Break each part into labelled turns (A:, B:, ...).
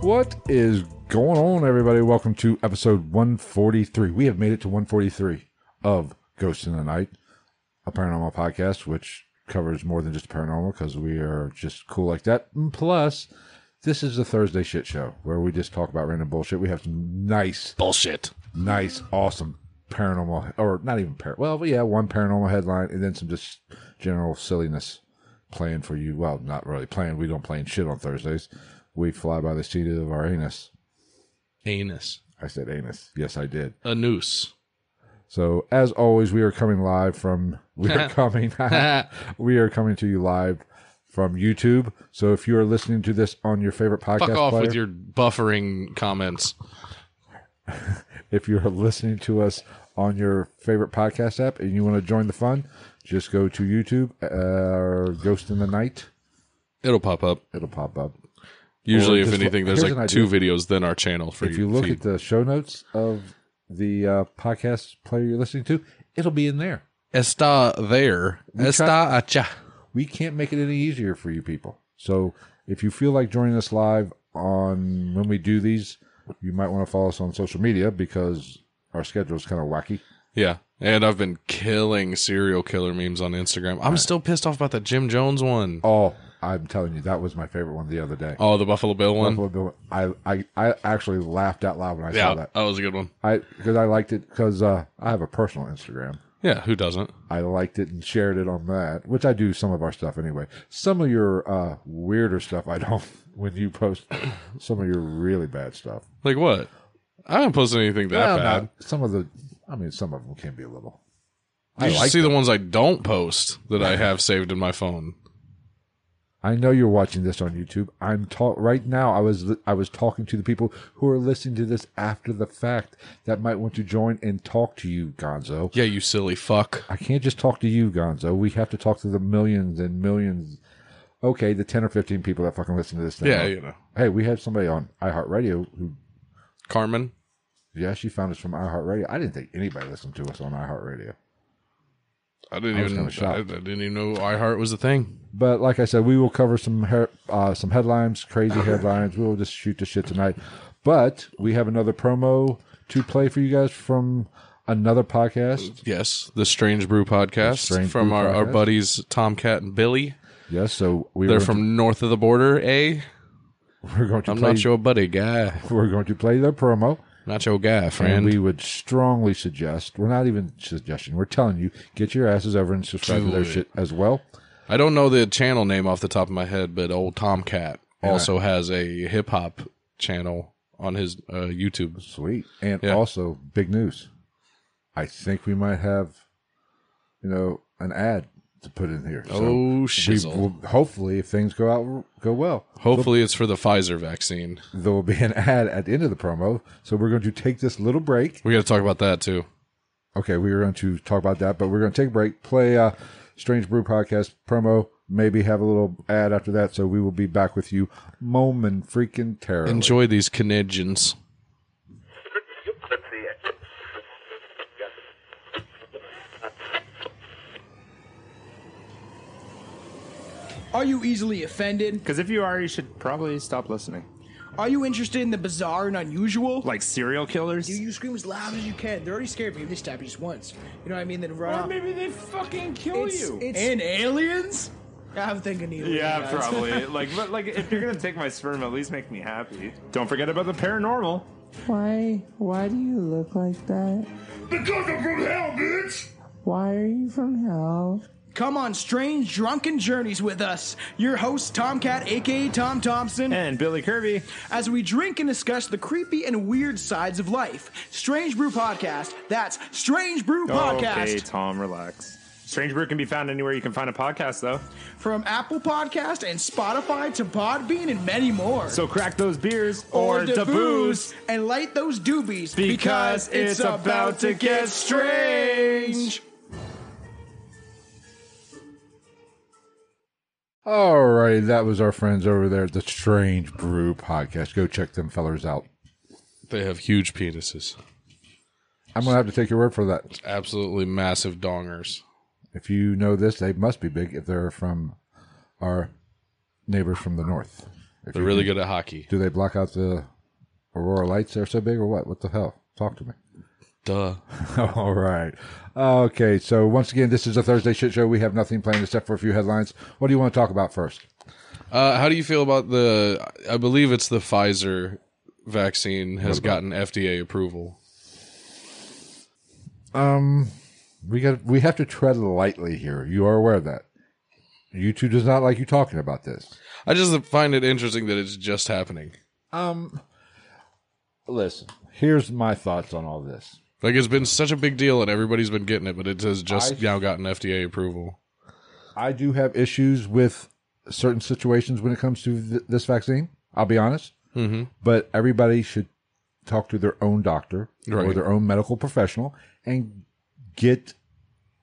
A: What is going on, everybody? Welcome to episode 143. We have made it to 143 of Ghosts in the Night, a paranormal podcast which covers more than just paranormal because we are just cool like that. And plus, this is the Thursday shit show where we just talk about random bullshit. We have some nice,
B: Bullshit.
A: nice, awesome paranormal, or not even par. Well, yeah, one paranormal headline and then some just general silliness playing for you. Well, not really playing. We don't play shit on Thursdays. We fly by the seat of our anus.
B: Anus.
A: I said anus. Yes, I did.
B: A noose.
A: So as always, we are coming live from we are coming we are coming to you live from YouTube. So if you are listening to this on your favorite podcast
B: Fuck off
A: player,
B: with your buffering comments.
A: if you're listening to us on your favorite podcast app and you want to join the fun, just go to YouTube uh, Ghost in the Night.
B: It'll pop up.
A: It'll pop up.
B: Usually, if
A: just-
B: anything, there's
A: here's
B: like
A: an
B: two videos then our channel for
A: If you look
B: feed.
A: at the show notes of the uh, podcast player you're listening to, it'll be in there.
B: Está there. Está acha.
A: we can't make it any easier for you people. So if you feel like joining us live on when we do these, you might want to follow us on social media because our schedule is kind of wacky.
B: Yeah. And I've been killing serial killer memes on Instagram. I'm still pissed off about that Jim Jones one. Oh,
A: Oh, I'm telling you, that was my favorite one the other day.
B: the Buffalo Bill one.
A: Buffalo Bill- I, I, I actually laughed out loud when I
B: yeah,
A: saw that.
B: that was a good one.
A: I because I liked it because uh, I have a personal Instagram.
B: Yeah, who doesn't?
A: I liked it and shared it on that, which I do some of our stuff anyway. Some of your uh, weirder stuff I don't. When you post some of your really bad stuff,
B: Like what? I haven't posted anything that
A: Well,
B: bad.
A: not- some of the, I mean, some of them can be a little.
B: You
A: I
B: should
A: like
B: see the ones I don't post that I have saved in my phone.
A: I know you're watching this on YouTube. I'm ta- right now. I was I was talking to the people who are listening to this after the fact that might want to join and talk to you, Gonzo.
B: Yeah, you silly fuck.
A: I can't just talk to you, Gonzo. We have to talk to the millions and millions. Okay, the ten or fifteen people that fucking listen to this. Thing
B: Yeah, you know.
A: Hey, we have somebody on iHeartRadio who,
B: Carmen.
A: yeah, she found us from iHeartRadio. I didn't think anybody listened to us on iHeartRadio.
B: I didn't
A: I was
B: even
A: kinda shocked.
B: I, I didn't even know iHeart was a thing.
A: But like I said, we will cover some hair uh, some headlines, crazy headlines. We'll just shoot the shit tonight. But we have another promo to play for you guys from another podcast.
B: Yes, the Strange Brew podcast
A: Strange
B: from
A: Brew
B: our, our
A: podcast.
B: buddies Tomcat and Billy.
A: Yes, so we
B: They're
A: were-
B: from north of the border, eh?
A: we're going to
B: I'm
A: play
B: not your buddy guy.
A: we're going to play their promo,
B: Not your guy,
A: and
B: friend.
A: we would strongly suggest we're not even suggesting we're telling you get your asses over and subscribe to
B: Do
A: their
B: it.
A: shit as well.
B: I don't know the channel name off the top of my head, but old Tomcat also has a hip hop channel on his uh, YouTube.
A: Sweet, and
B: Yeah.
A: also big news. I think we might have, you know, an ad to put in here. So
B: Oh,
A: we
B: shizzle.
A: will, hopefully if things go out go well
B: Hopefully, it's for the Pfizer vaccine.
A: there will be an ad at the end of the promo so we're going to take this little break
B: We got to talk about that too.
A: okay we were going to talk about that but we're going to take a break play uh strange brew podcast promo maybe have a little ad after that so we will be back with you moment freaking terror
B: Enjoy these Canadians.
C: Are you easily offended?
D: Because if you are, you should probably stop listening.
C: Are you interested in the bizarre and unusual?
D: Like serial killers?
C: you scream as loud as you can. They're already scared, but if they stab you just once, you know what I mean? Then run
D: or
C: off.
D: maybe they fucking kill
C: It's-
D: you.
C: it's- and aliens? I'm thinking aliens.
D: yeah, probably. like, but, like if you're gonna take my sperm, at least make me happy. Don't forget about the paranormal.
E: Why? Why do you look like that?
D: Because I'm from hell, bitch.
E: Why are you from hell?
C: Come on strange drunken journeys with us. Your host Tomcat, aka Tom Thompson,
D: And Billy Kirby.
C: as we drink and discuss the creepy and weird sides of life. Strange Brew Podcast. That's Strange
D: Oh,
C: Brew Podcast.
D: Okay, Tom, relax. Strange Brew can be found anywhere you can find a podcast, though.
C: From Apple Podcast and Spotify to Podbean and many more.
D: So crack those beers or, the booze
C: and light those doobies
D: because it's about to get strange.
A: All right, that was our friends over there at the Strange Brew podcast. Go check them fellers out.
B: They have huge penises.
A: I'm gonna have to take your word for that.
B: Absolutely massive dongers.
A: If you know this, they must be big if they're from our neighbors from the north. If
B: They're
A: you-
B: really good at hockey.
A: Do they block out the aurora lights? They're so big, or what? What the hell? Talk to me.
B: Duh.
A: All right. Okay. So once again, this is a Thursday shit show. We have nothing planned except for a few headlines. What do you want to talk about first?
B: Uh, how do you feel about the? I believe it's the Pfizer vaccine has gotten FDA approval.
A: We got. We have to tread lightly here. You are aware of that. YouTube does not like you talking about this.
B: I just find it interesting that it's just happening.
A: Listen, here's my thoughts on all this.
B: Like it's been such a big deal and everybody's been getting it, but it has just
A: I-
B: now gotten FDA approval.
A: I do have issues with certain situations when it comes to th- this vaccine. I'll be honest. Mm-hmm. But everybody should talk to their own doctor or
B: Right.
A: their own medical professional and get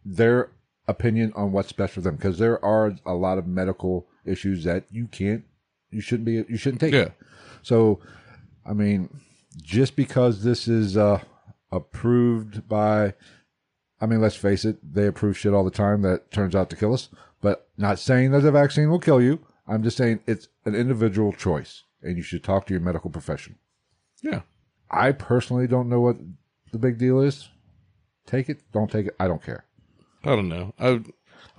A: their opinion on what's best for them because there are a lot of medical issues that you can't, you shouldn't be, you shouldn't take.
B: Yeah.
A: So, I mean, just because this is uh, approved by, I mean, let's face it, they approve shit all the time that turns out to kill us. But not saying that the vaccine will kill you. I'm just saying it's an individual choice, and you should talk to your medical professional.
B: Yeah.
A: I personally don't know what the big deal is. Take it, don't take it. I don't care.
B: I don't know. I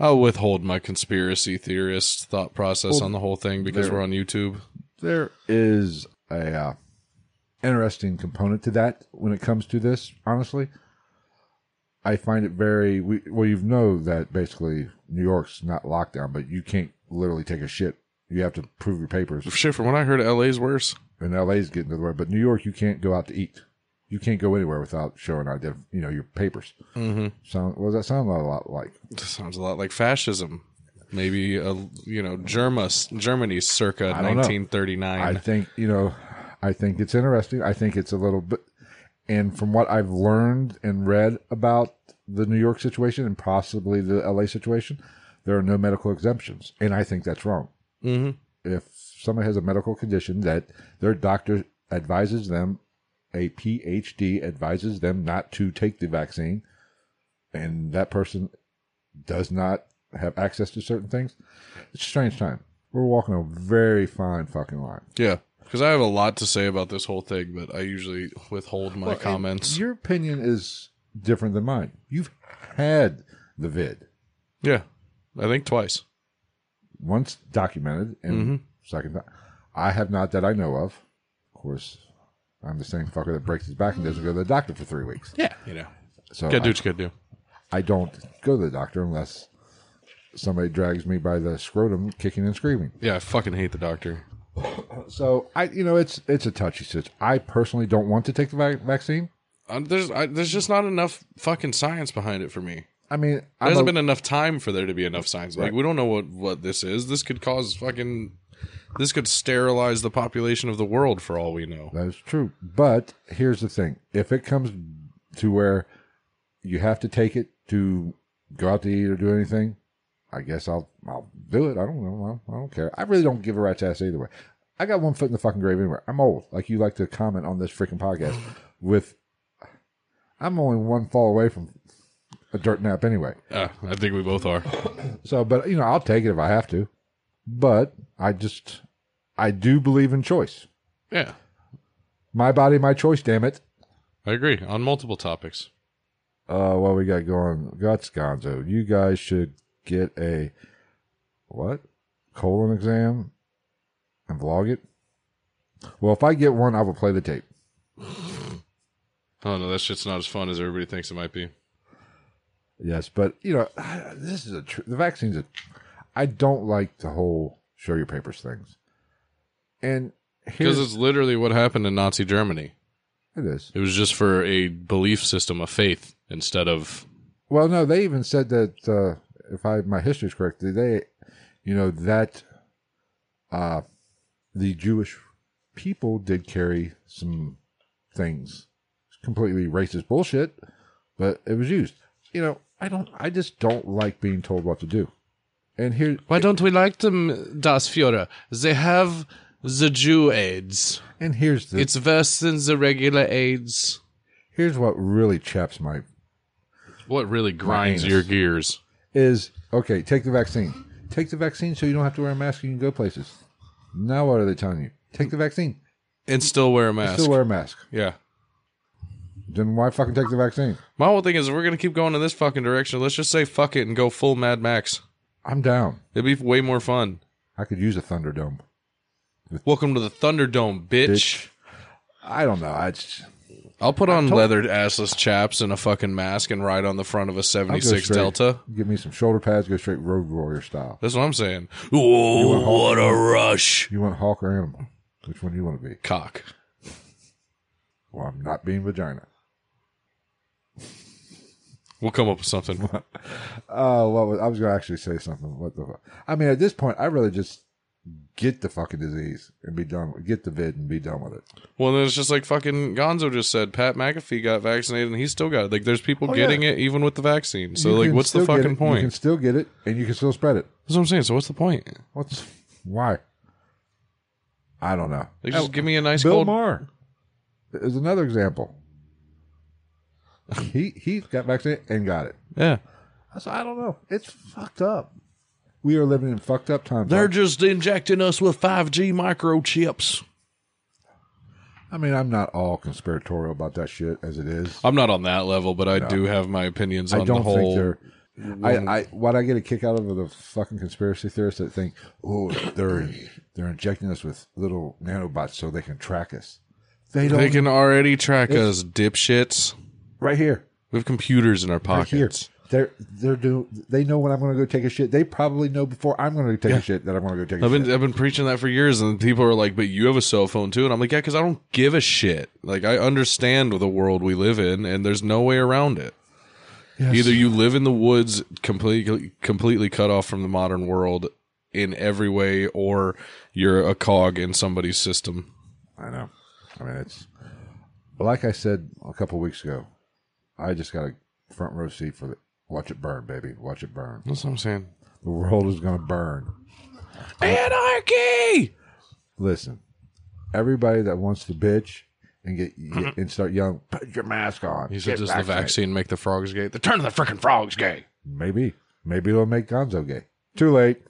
B: I'll withhold my conspiracy theorist thought process on the whole thing because we're on YouTube.
A: there is a uh, interesting component to that when it comes to this. Honestly, I find it very we, well. You know that basically New York's not lockdown, but you can't literally take a shit. You have to prove your papers.
B: Shit, from what I heard, LA's worse.
A: And LA's getting to the way, but New York, you can't go out to eat. You can't go anywhere without showing identity, you know, your papers. Mm-hmm. Sound what does that sound a lot like?
B: This sounds a lot like fascism. Maybe a you know Germa, Germany circa
A: don't know.
B: 1939.
A: I think you know, I think it's interesting. I think it's a little bit, and from what I've learned and read about the New York situation and possibly the LA situation, there are no medical exemptions, and I think that's wrong. Mm-hmm. If someone has a medical condition that their doctor advises them, a PhD advises them not to take the vaccine, and that person does not have access to certain things, it's a strange time. We're walking a very fine fucking line.
B: yeah, because I have a lot to say about this whole thing, but I usually withhold my comments.
A: Your opinion is different than mine. You've had the vid
B: Yeah, I think twice.
A: once documented and
B: Mm-hmm.
A: second time. I have not that I know of. Of course, I'm the same fucker that breaks his back and doesn't go to the doctor for three weeks.
B: Yeah, you know,
A: So
B: gotta do
A: I,
B: what you gotta do.
A: I don't go to the doctor unless somebody drags me by the scrotum, kicking and screaming.
B: Yeah, I fucking hate the doctor.
A: So I, you know, it's it's a touchy situation. I personally don't want to take the vac- vaccine.
B: Uh, there's I, there's just not enough fucking science behind it for me.
A: I mean,
B: There
A: I'm
B: hasn't
A: a-
B: been enough time for there to be enough science. Like we don't know what what this is. This could cause fucking. This could sterilize the population of the world for all we know.
A: That's true. But here's the thing: if it comes to where you have to take it to go out to eat or do anything, I guess I'll I'll do it. I don't know. I don't care. I really don't give a rat's ass either way. I got one foot in the fucking grave anywhere. I'm old. Like you like to comment on this freaking podcast with. I'm only one fall away from a dirt nap anyway.
B: Uh, I think we both are.
A: So, but you know, I'll take it if I have to. But I just, I do believe in choice.
B: Yeah,
A: My body, my choice. Damn it.
B: I agree on multiple topics.
A: uh, what we got going? Guts Gonzo, you guys should get a what colon exam and vlog it. Well, if I get one, I will play the tape.
B: Oh no, that shit's not as fun as everybody thinks it might be.
A: Yes, but you know, this is a tr- the vaccines. A, I don't like the whole show your papers things, and
B: Because
A: here's
B: it's literally what happened in Nazi Germany.
A: it is.
B: It was just for a belief system, a faith, instead of
A: Well, no, they even said that uh, if I my history's correct, they, you know, that uh, the Jewish people did carry some things, completely racist bullshit, but it was used. You know, I don't, I just don't like being told what to do. And here,
B: Why don't we like them, Das Führer? They have the Jew AIDS.
A: and here's the,
B: It's worse than the regular AIDS.
A: here's what really chaps my
B: What really grinds
A: anus.
B: your gears?
A: is okay, take the vaccine. Take the vaccine so you don't have to wear a mask. You can go places. Now, what are they telling you? Take the vaccine.
B: And still wear a mask.
A: Still wear a mask.
B: yeah.
A: Then why fucking take the vaccine?
B: My whole thing is if we're going to keep going in this fucking direction. Let's just say fuck it and go full Mad Max.
A: I'm down.
B: It'd be way more fun.
A: I could use a Thunderdome.
B: Welcome to the Thunderdome, bitch.
A: Bitch. I don't know. I just,
B: I'll put on leathered assless chaps and a fucking mask and ride on the front of a
A: I'll go
B: 76
A: straight-
B: Delta.
A: Give me some shoulder pads. Go straight Road Warrior style.
B: That's what I'm saying. Ooh, what a rush.
A: You want Hawk or Animal? Which one do you want to be?
B: Cock.
A: Well, I'm not being vagina.
B: We'll come up with something.
A: Oh, what was, I was going to actually say something. What the? Fuck? I mean, at this point, I really just get the fucking disease and be done. with Get the vid and be done with it.
B: Well, then it's just like fucking Gonzo just said. Pat McAfee got vaccinated and he still got it. Like, there's people
A: Oh, yeah.
B: getting it even with the vaccine. So,
A: You
B: like,
A: can
B: what's the
A: still get
B: fucking
A: it, You can
B: point?
A: still get it and you can still spread it.
B: That's what I'm saying. So, what's the point?
A: What's why? I don't know.
B: Like, just give me a nice
A: Oh, Bill
B: cold.
A: Maher is another example. he he got vaccinated and got it.
B: yeah.
A: So I don't know. It's fucked up. We are living in fucked up times.
B: They're just injecting us with 5G microchips.
A: I mean, I'm not all conspiratorial about that shit as it is.
B: I'm not on that level, but I do have my opinions on
A: I don't
B: the whole.
A: think they're. I, I what I get a kick out of are the fucking conspiracy theorists that think, oh, they're they're injecting us with little nanobots so they can track us. They don't.
B: they can already track us, dipshits.
A: right here.
B: We have computers in our
A: Right here.
B: pockets.
A: They're they're do they know when I'm going to go take a shit. They probably know before I'm going to take a shit that I'm going to go take a
B: I've
A: shit.
B: been I've been preaching that for years, and people are like, "But you have a cell phone too," and I'm like, "Yeah, because I don't give a shit. Like I understand the world we live in, and there's no way around it. Either you live in the woods, completely completely cut off from the modern world in every way, or you're a cog in somebody's system.
A: I know. I mean, it's like I said a couple weeks ago. I just got a front row seat for the watch it burn, baby. Watch it burn.
B: That's what I'm saying.
A: The world is going to burn.
B: Anarchy.
A: Listen, everybody that wants to bitch and get and start yelling, put your mask on.
B: Mm-hmm. He
A: get
B: said, "Does the
A: vaccinated."
B: vaccine make the frogs gay? The turn of the freaking frogs gay."
A: Maybe, maybe it'll make Gonzo gay. Too late.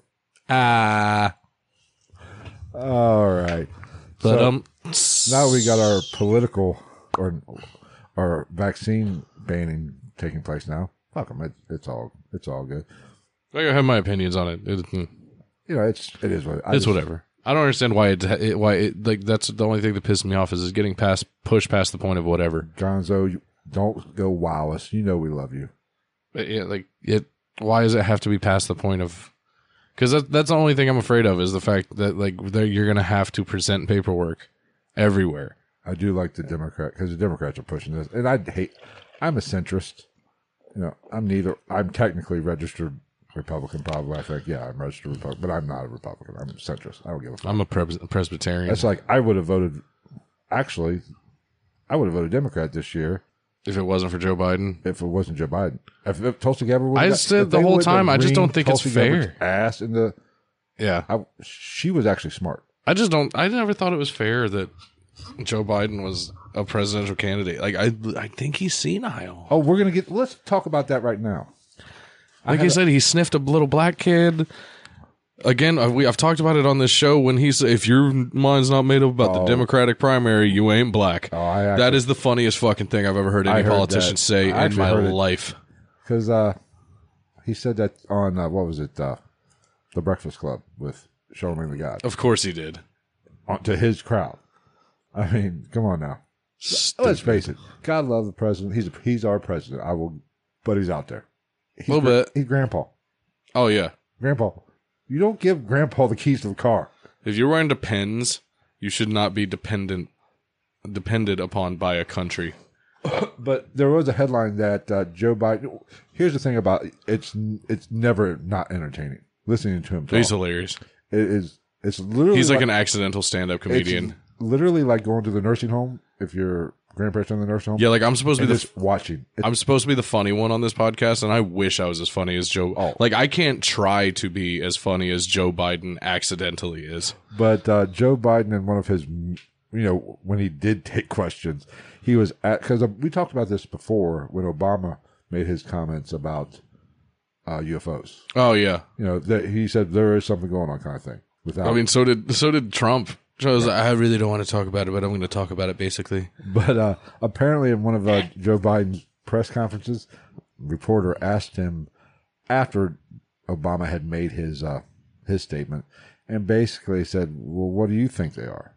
B: Ah,
A: All right.
B: but um,
A: now we got our political or our vaccine banning taking place now. Fuck 'em, It, it's all it's all good.
B: I have my opinions on it. hmm. it
A: You know, it's it is what I
B: It's
A: just-
B: whatever. I don't understand why it, it why it like that's the only thing that pisses me off is, is getting past pushed past the point of whatever.
A: Gonzo, you, don't go wow us. You know we love you.
B: But yeah, like it why does it have to be past the point of cuz that that's the only thing I'm afraid of is the fact that like that you're going to have to present paperwork everywhere.
A: I do like the Democrat because the Democrats are pushing this, and I hate. I'm a centrist. You know, I'm neither. I'm technically registered Republican, probably. I think, yeah, I'm registered Republican, but I'm not a Republican. I'm a centrist. I don't give a fuck.
B: I'm a pres- Presbyterian.
A: It's like I would have voted. Actually, I would have voted Democrat this year
B: if it wasn't for Joe Biden,
A: if it wasn't Joe Biden. If, if Tulsi Gabbard, would've
B: I
A: got-
B: said
A: if
B: the
A: they
B: whole
A: would've
B: time, I just
A: ringed
B: don't think it's
A: Tulsi Gabbard's
B: fair.
A: Ass in the,
B: yeah.
A: I, she was actually smart.
B: I just don't. I never thought it was fair that Joe Biden was a presidential candidate. Like I, I think he's senile.
A: Oh, we're gonna get. Let's talk about that right now.
B: Like I, said, he sniffed a little black kid. Again, I've, we, I've talked about it on this show when he said, "If your mind's not made up about the Democratic primary, you ain't black."
A: Oh. I actually-
B: that is the funniest fucking thing I've ever heard
A: I
B: any
A: heard
B: politician
A: that.
B: say
A: I
B: in
A: actually
B: my
A: heard it.
B: life.
A: because uh, he said that on uh, what was it, uh, the Breakfast Club with Charlemagne the God
B: Of course, he did.
A: on, to his crowd. I mean, come on now.
B: Stupid.
A: Let's face it. God love the president. He's he's our president. I will, but he's out there. He's
B: Little
A: gra-
B: bit.
A: He's grandpa.
B: Oh yeah.
A: Grandpa. You don't give grandpa the keys to the car.
B: If you're wearing depends, you should not be dependent depended upon by a country.
A: But there was a headline that uh, Joe Biden. Here's the thing about it. it's it's never not entertaining. Listening to him talk,
B: He's
A: it
B: hilarious.
A: is it's literally
B: He's like an accidental stand-up
A: it's
B: comedian.
A: Literally like going to the nursing home if your grandparents in the nursing home.
B: Yeah, like I'm supposed to
A: and
B: be the
A: just watching. It's,
B: I'm supposed to be the funny one on this podcast, and I wish I was as funny as Joe.
A: Oh.
B: Like I can't try to be as funny as Joe Biden accidentally is.
A: but uh, Joe Biden and one of his, you know, when he did take questions, he was at because we talked about this before when Obama made his comments about uh, UFOs.
B: Oh yeah,
A: You know, that he said there is something going on, kind of thing. Without,
B: I mean, so did so did Trump. So I was like, I really don't want to talk about it, but I'm going to talk about it basically.
A: But uh, apparently, in one of uh, Joe Biden's press conferences, a reporter asked him after Obama had made his uh, his statement, and basically said, "Well, what do you think they are?"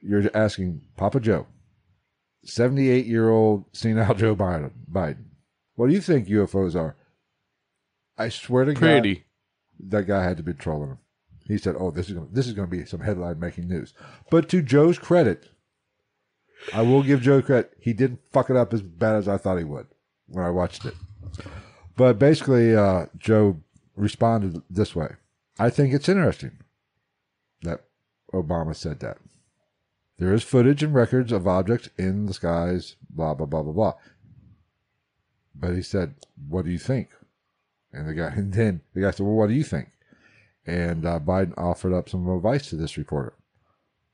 A: You're asking Papa Joe, seventy-eight year old senile Joe Biden. Biden, what do you think UFOs are? I swear to
B: Pretty.
A: God, that guy had to be trolling him. He said, "Oh, this is gonna, this is going to be some headline making news." But to Joe's credit, I will give Joe credit. He didn't fuck it up as bad as I thought he would when I watched it. But basically, uh, Joe responded this way: "I think it's interesting that Obama said that. There is footage and records of objects in the skies. Blah blah blah blah blah." But he said, "What do you think?" And the guy, and then the guy said, "Well, what do you think?" And uh, Biden offered up some advice to this reporter.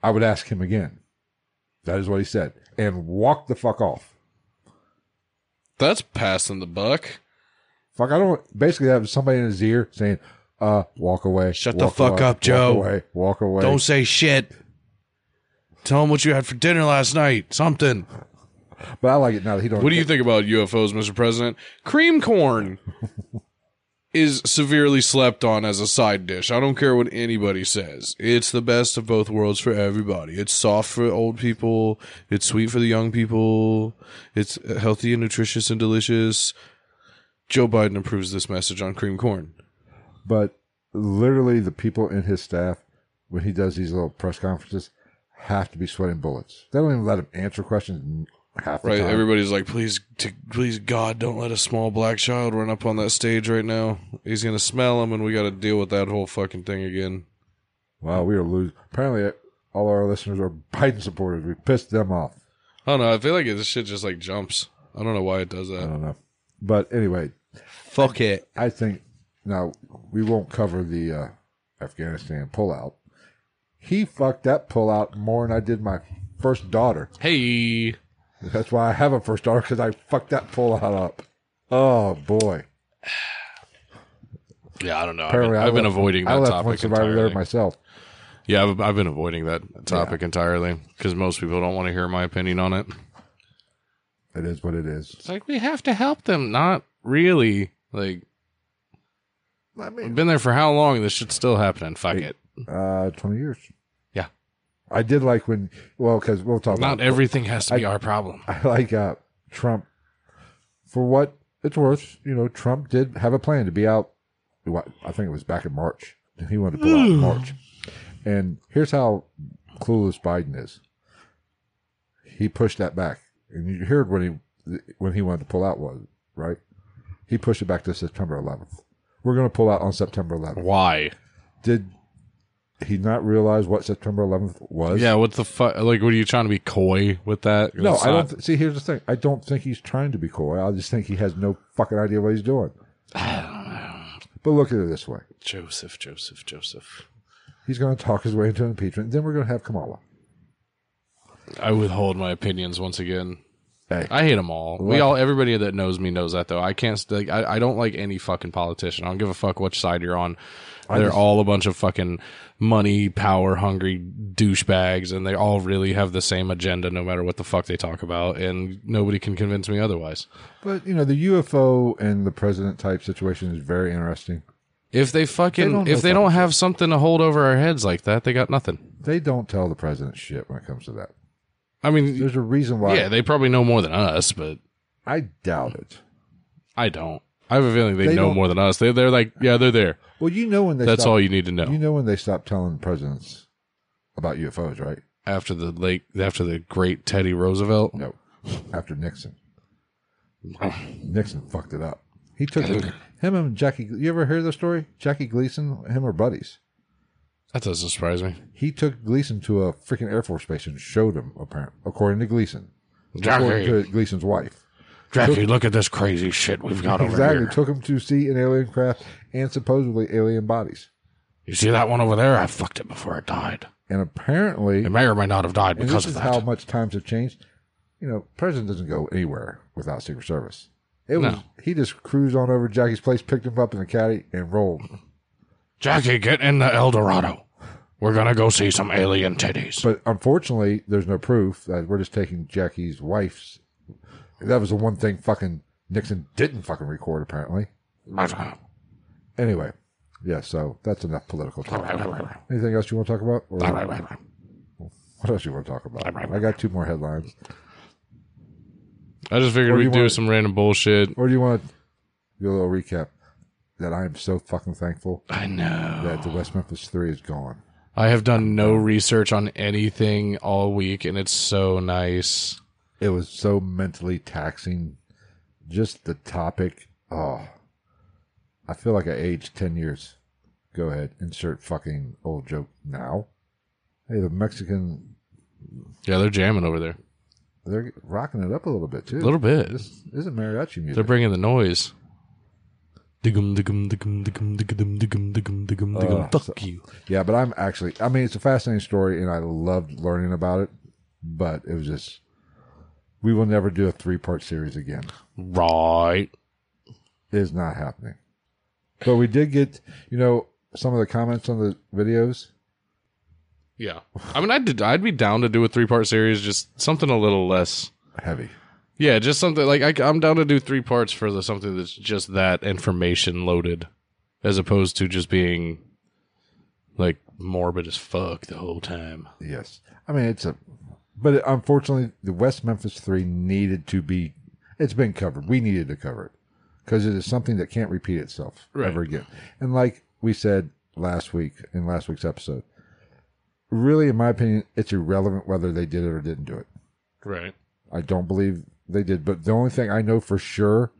A: I would ask him again. That is what he said, and walk the fuck off.
B: That's passing the buck.
A: Fuck, I don't. Basically, that was somebody in his ear saying, "Uh, walk away.
B: Shut the
A: walk
B: fuck
A: away,
B: up,
A: walk
B: Joe.
A: Away, walk away.
B: Don't say shit. Tell him what you had for dinner last night. Something.
A: But I like it now that he don't.
B: What do you think about UFOs, Mr. President? Cream corn is severely slept on as a side dish. I don't care what anybody says. It's the best of both worlds for everybody. It's soft for old people, it's sweet for the young people, it's healthy and nutritious and delicious. Joe Biden approves this message on cream corn.
A: But literally, the people in his staff, when he does these little press conferences, have to be sweating bullets. They don't even let him answer questions half the
B: Right?
A: time.
B: Everybody's like, please, t- please, God, don't let a small black child run up on that stage right now. He's going to smell him, and we got to deal with that whole fucking thing again.
A: wow, we are losing. Apparently, all our listeners are Biden supporters. We pissed them off.
B: I don't know. I feel like this shit just like jumps. I don't know why it does
A: I
B: that.
A: don't know. But anyway,
B: Fuck it.
A: I think now we won't cover the uh, Afghanistan pullout. He fucked that pullout more than I did my first daughter.
B: Hey.
A: That's why I have a first daughter because I fucked that pullout up. Oh boy!
B: Yeah, I don't know. I've been,
A: Apparently, I
B: I've been
A: left-
B: avoiding
A: I
B: that
A: left one
B: topic
A: survivor
B: entirely.
A: there myself.
B: yeah, I've, I've been avoiding that topic entirely because most people don't want to hear my opinion on it.
A: It is what it is.
B: It's like we have to help them. Not really. Like
A: I
B: I've
A: mean,
B: been there for how long? This shit's still happening. Fuck it.
A: uh, twenty years.
B: Yeah.
A: I did like when well because we'll talk
B: Not
A: about
B: everything has to be our problem.
A: I like uh, Trump for what it's worth. You know, Trump did have a plan to be out. What I think it was back in March. He wanted to pull out in March. And here's how clueless Biden is. He pushed that back, and you heard when he when he wanted to pull out was right. He pushed it back to September 11th. We're going to pull out on September 11th.
B: Why?
A: Did he not realize what September 11th was?
B: Yeah, what the fuck? Like, what are you trying to be coy with that?
A: No,
B: It's
A: I don't.
B: not-
A: Th- see, here's the thing. I don't think he's trying to be coy. I just think he has no fucking idea what he's doing. but look at it this way:
B: Joseph, Joseph, Joseph.
A: he's going to talk his way into impeachment. Then we're going to have Kamala.
B: I withhold my opinions once again.
A: Hey.
B: I hate them all. We all, everybody that knows me knows that though. I can't, st- like, I, I don't like any fucking politician. I don't give a fuck which side you're on. They're all a bunch of fucking money, power hungry douchebags, and they all really have the same agenda no matter what the fuck they talk about, and nobody can convince me otherwise.
A: But you know, the UFO and the president type situation is very interesting.
B: If they fucking,
A: don't know
B: if they don't have something to hold over our heads like that, they got nothing.
A: They don't tell the president shit when it comes to that.
B: I mean,
A: There's a reason why.
B: yeah, they probably know more than us, but
A: I doubt it.
B: I don't. I have a feeling they,
A: They
B: know
A: don't-
B: more than us. They, they're like, yeah, they're there.
A: Well, you know when they.
B: That's
A: stop-
B: all you need to know.
A: You know when they stopped telling presidents about UFOs, right?
B: After the late, after the great Teddy Roosevelt,
A: No, after Nixon. Nixon fucked it up. He took him and Jackie. You ever hear the story? Jackie Gleason, him or buddies.
B: that doesn't surprise me.
A: He took Gleason to a freaking Air Force base and showed him, apparently, according to Gleason, according
B: Jackie,
A: to Gleason's wife.
B: Jackie, look at this crazy shit we've got over
A: Exactly.
B: here.
A: Took him to see an alien craft and supposedly alien bodies.
B: You see that one over there? I fucked it before it died.
A: And apparently,
B: It may or may not have died
A: and
B: because
A: this
B: of
A: is
B: that.
A: how much times have changed. You know, president doesn't go anywhere without Secret Service. It was he just cruised on over to Jackie's place, picked him up in the caddy, and rolled.
B: Jackie, get in the Eldorado. We're gonna go see some alien titties.
A: But unfortunately, there's no proof that we're just taking Jackie's wife's. That was the one thing fucking Nixon didn't fucking record, apparently. Anyway, yeah. So that's enough political talk. Anything else you want to talk about? Or What else you want to talk about? I got two more headlines.
B: I just figured
A: Or do
B: we'd
A: you
B: do
A: want-
B: some random bullshit.
A: Or do you want to do a little recap? That I am so fucking thankful
B: I know.
A: that the West Memphis Three is gone.
B: I have done no research on anything all week, and it's so nice.
A: It was so mentally taxing. Just the topic. Oh, I feel like I aged ten years. Go ahead, insert fucking old joke now. Hey, the Mexican,
B: Yeah, they're jamming over there.
A: they're rocking it up a little bit too.
B: A little bit.
A: This isn't mariachi music.
B: They're bringing the noise. Digum, digum, digum, digum, digum, digum, digum, digum, digum. Fuck you.
A: Yeah, but I'm actually, I mean, it's a fascinating story and I loved learning about it, but it was just, we will never do a three part series again.
B: Right.
A: It is not happening. But we did get, you know, some of the comments on the videos.
B: Yeah. I mean, I'd, I'd be down to do a three part series, just something a little less.
A: Heavy.
B: Yeah, just something like I, I'm down to do three parts for the, something that's just that information loaded, as opposed to just being like morbid as fuck the whole time.
A: Yes. I mean, it's a, but unfortunately, the West Memphis 3 needed to be, it's been covered. We needed to cover it because it is something that can't repeat itself ever again. And like we said last week in last week's episode, really, in my opinion, it's irrelevant whether they did it or didn't do it.
B: Right.
A: I don't believe they did. But the only thing I know for sure,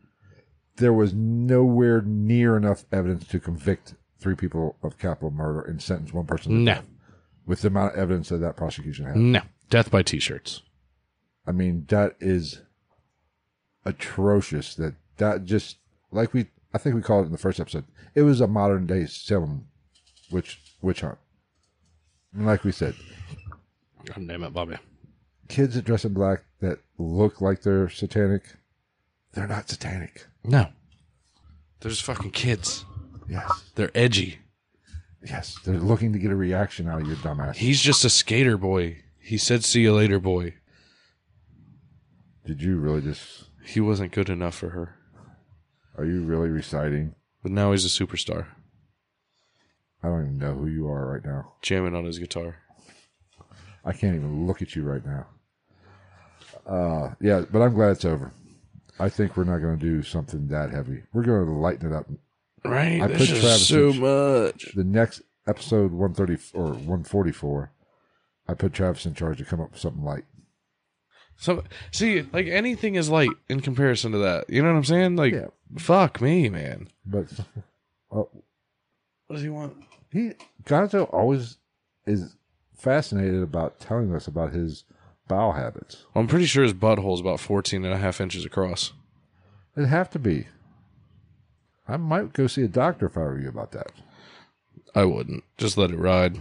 A: there was nowhere near enough evidence to convict three people of capital murder and sentence one person
B: No,
A: with the amount of evidence that that prosecution had.
B: no, death by t-shirts.
A: I mean, that is atrocious. That that just like we, I think we called it in the first episode. It was a modern day Salem witch witch hunt. And like we said,
B: God damn it, Bobby.
A: kids that dress in black that look like they're satanic, they're not satanic.
B: No, they're just fucking kids.
A: Yes,
B: They're edgy.
A: yes, they're looking to get a reaction out of your dumbass.
B: He's just a skater boy. He said, "See you later, boy."
A: Did you really just?
B: He wasn't good enough for her,
A: Are you really reciting?
B: but now he's a superstar,
A: I don't even know who you are right now.
B: jamming on his guitar.
A: I can't even look at you right now. Uh, yeah, but I'm glad it's over. I think we're not going to do something that heavy. We're going to lighten it up.
B: Right.
A: I
B: That's
A: put
B: just
A: Travis
B: so
A: in-
B: much.
A: The next episode 130 or 144, I put Travis in charge to come up with something light.
B: Some see, like anything is light in comparison to that. You know what I'm saying? Like,
A: Yeah.
B: fuck me, man.
A: But
B: What does he want?
A: he Gonzo always is fascinated about telling us about his bowel habits.
B: I'm pretty sure his butthole's about 14 and a half inches across.
A: It'd have to be. I might go see a doctor if I were you about that,
B: I wouldn't just let it ride.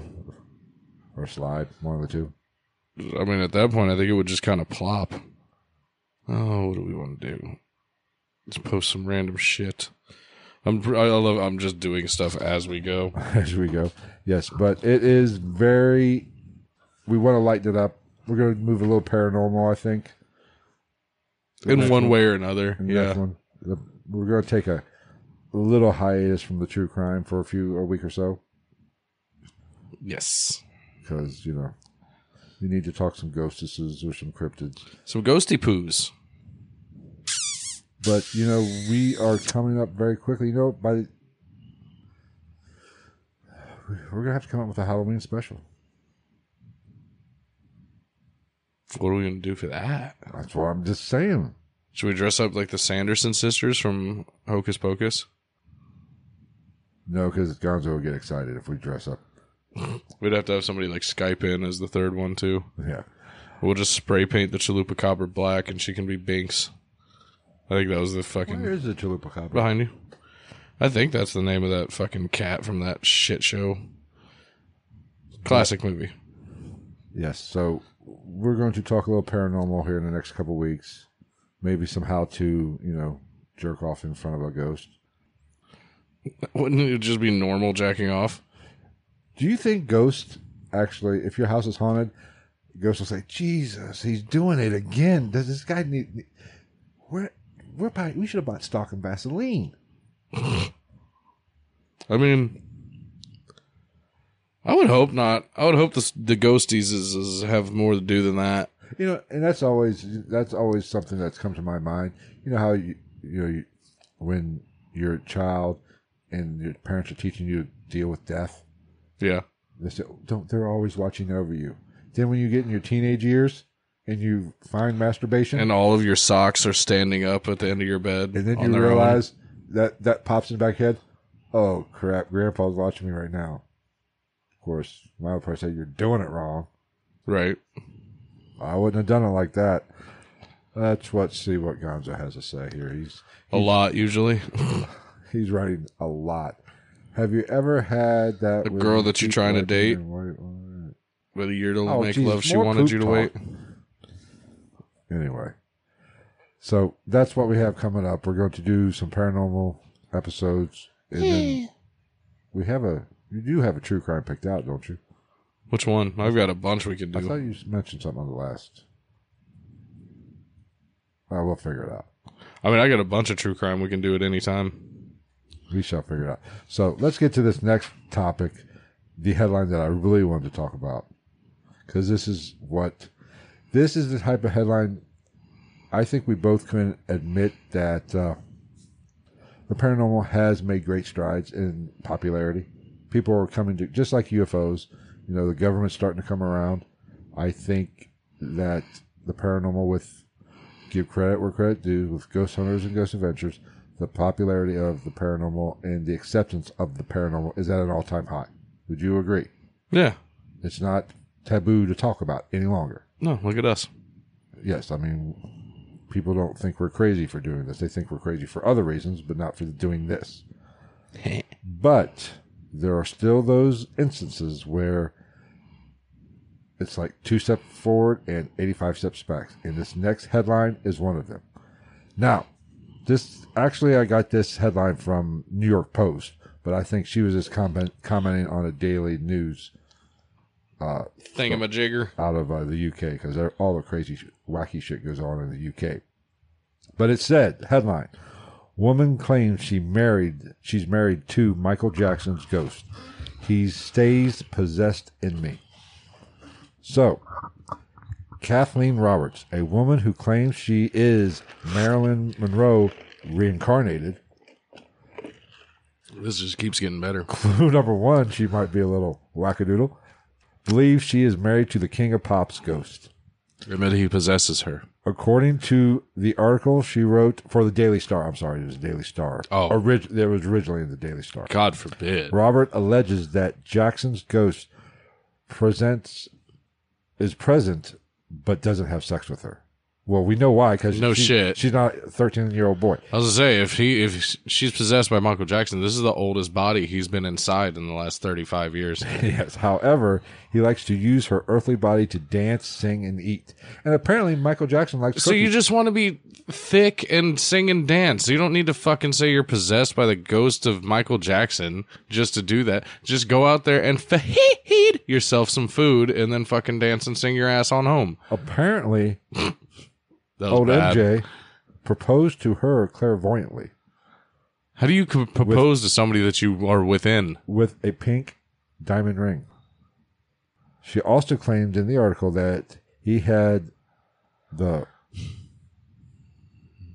A: or slide one of the two.
B: I mean, at that point, I think it would just kind of plop. Oh, what do we want to do? Let's post some random shit. I'm pr- I love. I'm just doing stuff as we go.
A: as we go. Yes, but it is very. We want to lighten it up. We're going to move a little paranormal, I think.
B: In one way or another.
A: in the next
B: Yeah.
A: one. The- We're going to take a little hiatus from the true crime for a few, a week or so,
B: Yes.
A: because, you know, you need to talk some ghostesses or some cryptids.
B: Some ghosty poos.
A: But you know, we are coming up very quickly. You know, by the, we're gonna have to come up with a Halloween special.
B: What are we gonna do for that?
A: That's what I'm just saying.
B: Should we dress up like the Sanderson sisters from Hocus Pocus?
A: No, because Gonzo will get excited if we dress up.
B: We'd have to have somebody like Skype in as the third one too.
A: Yeah,
B: We'll just spray paint the Chalupa Copper black, and she can be Binks. I think that was the fucking
A: where is the Chalupa Copper?
B: behind you. I think that's the name of that fucking cat from that shit show. Classic movie.
A: Yes. So we're going to talk a little paranormal here in the next couple weeks. Maybe some how to, you know, jerk off in front of a ghost.
B: Wouldn't it just be normal jacking off?
A: Do you think ghosts actually, if your house is haunted, ghosts will say, "Jesus, he's doing it again." Does this guy need? need- We're we're probably, we should have bought stock and Vaseline.
B: I mean, I would hope not. I would hope this, the ghosties is, is have more to do than that.
A: You know, and that's always that's always something that's come to my mind. You know how you you know you, when you're a child and your parents are teaching you to deal with death.
B: Yeah.
A: They say, "Oh, don't. They're always watching over you. Then when you get in your teenage years and you find masturbation,
B: And
A: and,
B: all of your socks are standing up at the end of your bed.
A: then
B: on
A: you
B: their own.
A: realize that that pops in the back of your head. Oh crap! Grandpa's watching me right now. Of course, my would probably say you're doing it wrong.
B: Right.
A: I wouldn't have done it like that. Let's what see what Gonzo has to say here. He's
B: A lot, usually.
A: he's writing a lot. Have you ever had that
B: The
A: with
B: girl that you're
A: deep
B: trying to
A: white
B: date?
A: and white- white-
B: But a year to
A: Oh,
B: make
A: Jesus,
B: love, she
A: more
B: wanted
A: poop
B: you to
A: talk.
B: wait.
A: anyway so that's what we have coming up we're going to do some paranormal episodes and then we have a you do have a true crime picked out don't you
B: Which one? I've got a bunch we could
A: i thought
B: do.
A: you mentioned something on the last i will figure it out
B: I mean, I got a bunch of true crime we can do at any time.
A: we shall figure it out so let's get to this next topic the headline that i really wanted to talk about because this is what this is the type of headline I think we both can admit that uh, the paranormal has made great strides in popularity. People are coming to just like UFOs. You know, the government's starting to come around. I think that the paranormal, with give credit where credit due, with ghost hunters and ghost adventures, the popularity of the paranormal and the acceptance of the paranormal is at an all-time high. Would you agree?
B: Yeah.
A: It's not taboo to talk about any longer.
B: No, look at us.
A: Yes, I mean, people don't think we're crazy for doing this. They think we're crazy for other reasons, but not for doing this. but there are still those instances where it's like two steps forward and 85 steps back. And this next headline is one of them. Now, this actually, I got this headline from New York Post, but I think she was just comment, commenting on a daily news
B: Thingamajigger.
A: out of uh, the UK because all the crazy, sh- wacky shit goes on in the UK. But it said headline: Woman claims she married. She's married to Michael Jackson's ghost. He stays possessed in me. So, Kathleen Roberts, a woman who claims she is Marilyn Monroe reincarnated.
B: This just keeps getting better.
A: Clue number one: she might be a little wackadoodle. Believes she is married to the King of Pop's ghost.
B: Admit he possesses her.
A: according to the article she wrote for the Daily Star. I'm sorry, it was the Daily Star.
B: Oh.
A: Orig- there was originally in the Daily Star.
B: God forbid.
A: Robert alleges that Jackson's ghost presents is present, but doesn't have sex with her. Well, we know why because
B: No shit.
A: she's not a 13 year old boy.
B: I was gonna say if he if she's possessed by Michael Jackson, this is the oldest body he's been inside in the last thirty five years.
A: Yes. However, he likes to use her earthly body to dance, sing, and eat. And apparently, Michael Jackson likes.
B: so you
A: cookies.
B: just want to be thick and sing and dance. You don't need to fucking say you're possessed by the ghost of Michael Jackson just to do that. Just go out there and feed yourself some food and then fucking dance and sing your ass on home.
A: apparently
B: That was
A: old
B: bad.
A: MJ proposed to her clairvoyantly.
B: How do you co- propose to somebody that you are within?
A: with a pink diamond ring. She also claimed in the article that he had the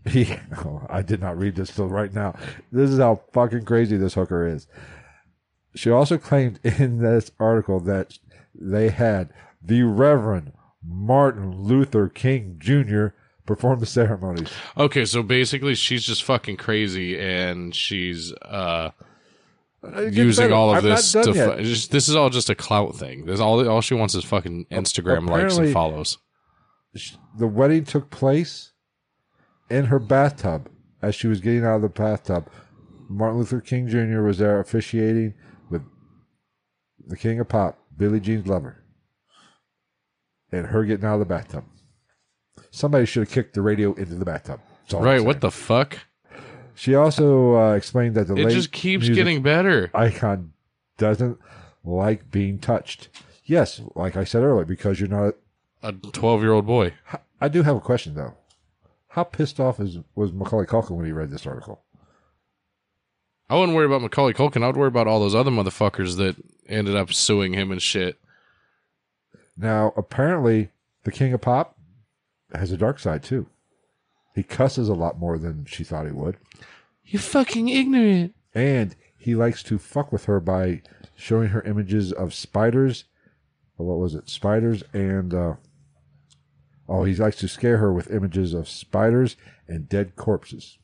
A: He, oh, I did not read this till right now. This is how fucking crazy this hooker is. She also claimed in this article that they had the Reverend Martin Luther King Jr. perform the ceremonies.
F: Okay, so basically she's just fucking crazy and she's uh using all of this to fu- just, this is all just a clout thing. This all all she wants is fucking Instagram likes
A: Apparently-
F: and follows.
A: the wedding took place in her bathtub as she was getting out of the bathtub. Martin Luther King Jr. was there officiating with the King of Pop, Billie Jean's lover, and her getting out of the bathtub. Somebody should have kicked the radio into the bathtub. That's all I'm
F: Right,
A: saying.
F: what the fuck?
A: She also uh, explained that the
F: It
A: late
F: just keeps
A: music
F: getting better.
A: icon doesn't like being touched. Yes, like I said earlier, because you're not
F: A 12-year-old boy.
A: I do have a question though. How pissed off is was Macaulay Culkin when he read this article?
F: I wouldn't worry about Macaulay Culkin. I would worry about all those other motherfuckers that ended up suing him and shit.
A: Now, apparently, the King of Pop has a dark side too. He cusses a lot more than she thought he would,
F: You're fucking ignorant.
A: and he likes to fuck with her by showing her images of spiders. or What was it? Spiders and uh, oh, he likes to scare her with images of spiders and dead corpses.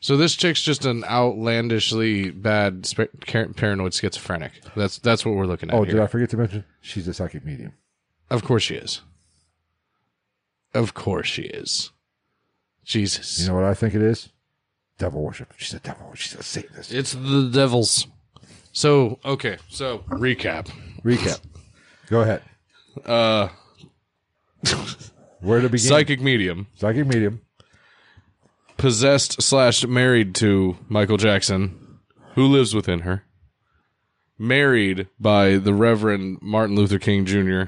F: So this chick's just an outlandishly bad sp- paranoid schizophrenic. That's that's what we're looking at.
A: Oh,
F: here.
A: did I forget to mention she's a psychic medium?
F: Of course she is. Of course she is. Jesus.
A: You know what I think it is? Devil worship. She's a devil. She's a Satanist.
F: it's the devils. So, okay. So, recap.
A: Recap. Go ahead.
F: Uh
A: Where to begin?
B: Psychic medium.
A: Psychic medium.
B: Possessed slash married to Michael Jackson, who lives within her. Married by the Reverend Martin Luther King Jr.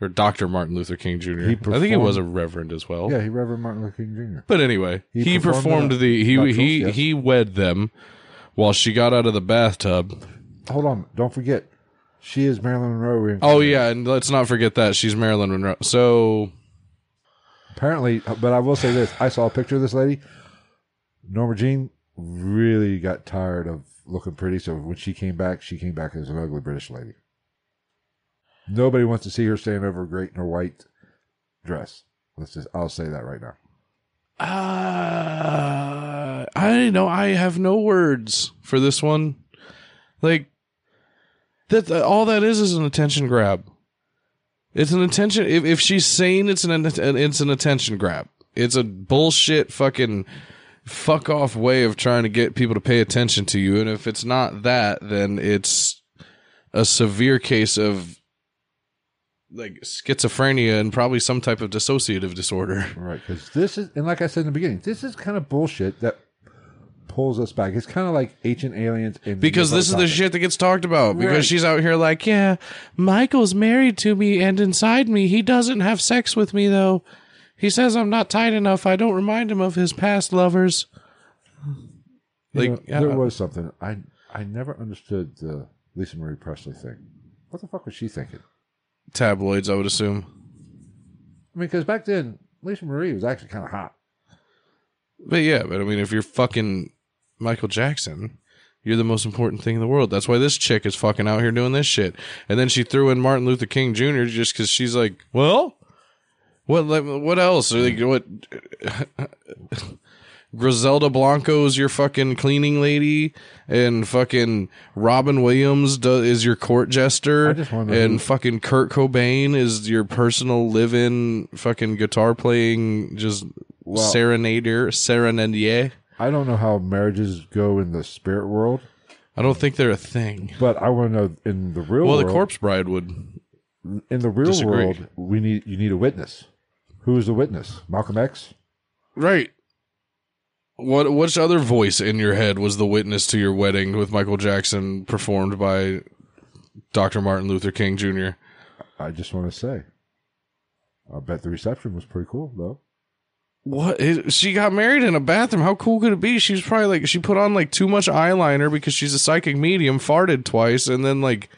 B: Or Dr. Martin Luther King Jr. I think he
A: performed-
B: was a reverend as well.
A: Yeah, he Reverend Martin Luther King Jr.
B: But anyway, he,
A: performed
B: performed,
A: the-
B: the he
A: nuptials,
B: he
A: yes.
B: he wed them while she got out of the bathtub.
A: Hold on, don't forget, she is Marilyn Monroe.
B: Oh yeah, and let's not forget that she's Marilyn Monroe. So
A: Apparently, uh, but I will say this: I saw a picture of this lady. Norma Jean really got tired of looking pretty, so when she came back, she came back as an ugly British lady. Nobody wants to see her standing over a grate in her white dress. Let's just—I'll say that right now.
B: uh, I know I have no words for this one. Like that, that- all that is is an attention grab. It's an attention. If, if she's sane, it's an, an it's an attention grab. It's a bullshit fucking fuck off way of trying to get people to pay attention to you. And if it's not that, then it's a severe case of like schizophrenia and probably some type of dissociative disorder.
A: Right, because this is, and like I said in the beginning, this is kind of bullshit that pulls us back. It's kind of like ancient aliens. And
B: Because this is the
A: topic.
B: shit that gets talked about. Because
A: Right.
B: she's out here like, yeah, Michael's married to me and inside me. He doesn't have sex with me, though. He says I'm not tight enough. I don't remind him of his past lovers.
A: You
B: Like,
A: know, there
B: uh,
A: was something I I never understood the Lisa Marie Presley thing. What the fuck was she thinking?
B: Tabloids, I would assume.
A: I mean, because back then Lisa Marie was actually kind of hot.
B: But yeah, but I mean, if you're fucking Michael Jackson, you're the most important thing in the world. That's why this chick is fucking out here doing this shit. And then she threw in Martin Luther King Jr. just because she's like, well, what what else? Or like, what? Griselda Blanco's your fucking cleaning lady, and fucking Robin Williams do, is your court jester,
A: I just wanna know who-
B: and fucking Kurt Cobain is your personal live-in fucking guitar playing just serenader serenadier.
A: I don't know how marriages go in the spirit world,
B: I don't think they're a thing.
A: but I want to know in the real
B: Well,
A: world.
B: the corpse bride would.
A: in the real
B: Disagree.
A: world, we need you need a witness. Who is the witness? Malcolm X.
B: Right. What which other voice in your head was the witness to your wedding with Michael Jackson performed by Dr. Martin Luther King Jr.?
A: I just want to say, I bet the reception was pretty cool though.
B: What is, she got married in a bathroom? How cool could it be? She was probably like she put on like too much eyeliner because she's a psychic medium. Farted twice and then like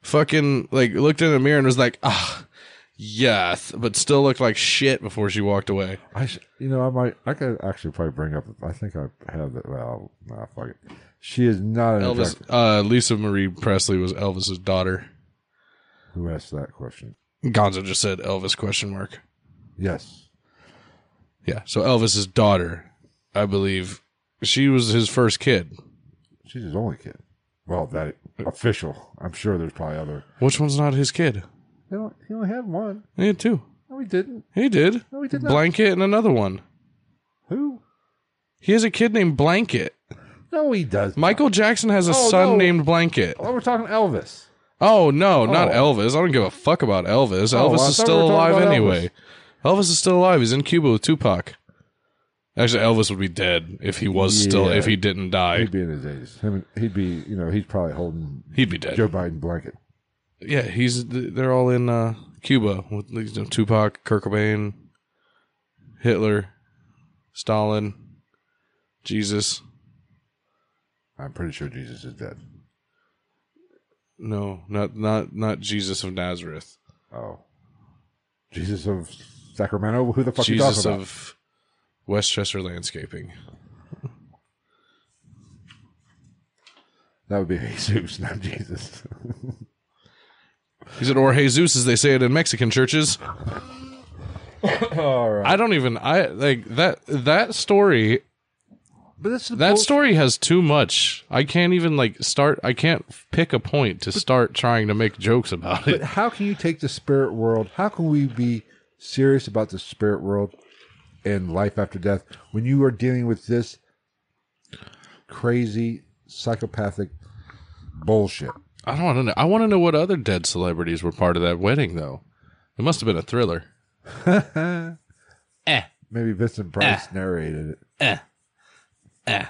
B: fucking like looked in the mirror and was like, ah, yeah, but still looked like shit before she walked away.
A: I sh- you know I might I could actually probably bring up. I think I have that. Well, nah, fuck it. She is not an
B: Elvis,
A: attract-
B: uh, Lisa Marie Presley was Elvis's daughter.
A: Who asked that question?
B: Gonzo just said Elvis question mark.
A: Yes.
B: Yeah, so Elvis's daughter, I believe, she was his first kid.
A: She's his only kid. Well, that official. I'm sure there's probably other.
B: Which one's not his kid?
A: He only, he only had one.
B: He had two.
A: No, he didn't.
B: He did.
A: No, he did not.
B: Blanket and another one.
A: Who?
B: He has a kid named Blanket.
A: No, he does.
B: Michael Jackson has a
A: Oh,
B: son
A: no.
B: named Blanket.
A: Oh, we're talking Elvis.
B: Oh no, not
A: Oh.
B: Elvis. I don't give a fuck about Elvis.
A: Oh, I
B: Elvis
A: thought
B: is
A: we
B: still
A: were talking
B: alive
A: about
B: anyway. Elvis. is still alive. He's in Cuba with Tupac. Actually, Elvis would be dead if he was still
A: Yeah.
B: if he didn't die.
A: He'd be in his eighties. Him, and- he'd be. You know, he's probably holding
B: He'd be dead.
A: Joe Biden blanket.
B: Yeah, he's they're all in uh, Cuba with you know, Tupac, Kurt Cobain, Hitler, Stalin, Jesus.
A: I'm pretty sure Jesus is dead.
B: No, not not not Jesus of Nazareth.
A: Oh, Jesus of Sacramento. Who the fuck
B: Jesus
A: you talking
B: of Westchester Landscaping.
A: about? That would be Jesus, not Jesus.
B: He said, or Jesus, as they say it in Mexican churches. I don't even. I like that. That story.
A: but this is
B: That story has too much. I can't even like start. I can't pick a point to start trying to make jokes about it.
A: How can you take the spirit world? How can we be serious about the spirit world and life after death when you are dealing with this crazy psychopathic bullshit?
B: I don't want to know. I want to know what other dead celebrities were part of that wedding, though. It must have been a thriller. eh,
A: Maybe Vincent Price
F: Ah.
A: narrated it.
B: eh.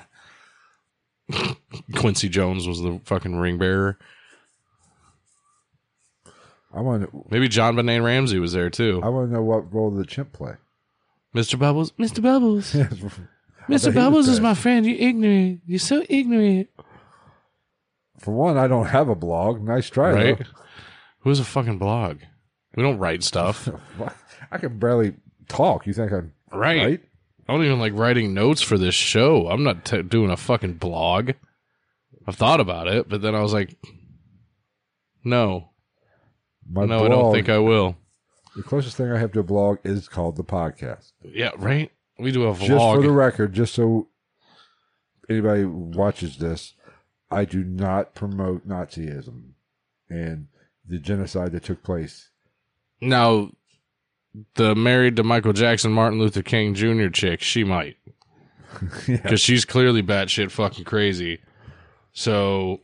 B: Quincy Jones was the fucking ring bearer.
A: I want to.
B: Maybe John Benet Ramsey was there too.
A: I want to know what role did the chimp play.
B: Mr. Bubbles, Mr. Bubbles.
A: bet
F: Mr.
A: he was
F: Bubbles is
A: bad.
F: my friend. You're ignorant. You're so ignorant.
A: For one, I don't have a blog. Nice try,
B: right?
A: though.
B: Who's a fucking blog? We don't write stuff.
A: What? I can barely talk. You think I'm
F: Right.
A: right?
F: I don't even like writing notes for this show. I'm not t- doing a fucking blog. I've thought about it, but then I was like, no,
A: My
F: no, I don't
A: blog-
F: think I will.
A: The closest thing I have to a blog is called the podcast.
F: Yeah, right? We do a
A: Just for
F: vlog.
A: the record, just so anybody watches this, I do not promote Nazism and the genocide that took place.
F: now, the married to Michael Jackson, Martin Luther King Jr. chick, she might. Because she's clearly batshit fucking crazy. So,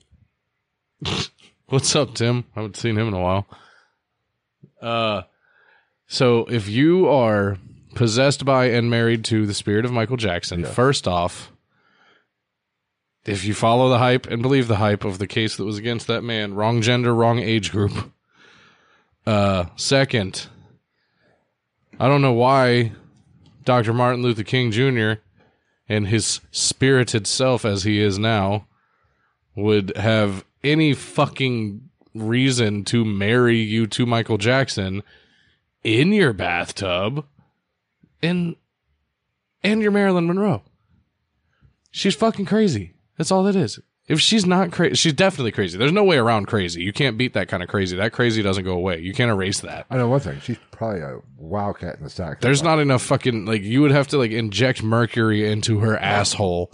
F: what's up, Tim? I haven't seen him in a while. Uh, so if you are possessed by and married to the spirit of Michael Jackson, first off, if you follow the hype and believe the hype of the case that was against that man, wrong gender, wrong age group. Uh, second, I don't know why Dr. Martin Luther King Jr. and his spirited self as he is now would have any fucking reason to marry you to Michael Jackson in your bathtub and and your Marilyn Monroe. She's fucking crazy. That's all that is. If she's not crazy, she's definitely crazy. There's no way around crazy. You can't beat that kind of crazy. That crazy doesn't go away. You can't erase that.
A: I know one thing. She's probably a wildcat in the sack.
F: There's not enough fucking like you would have to like inject mercury into her asshole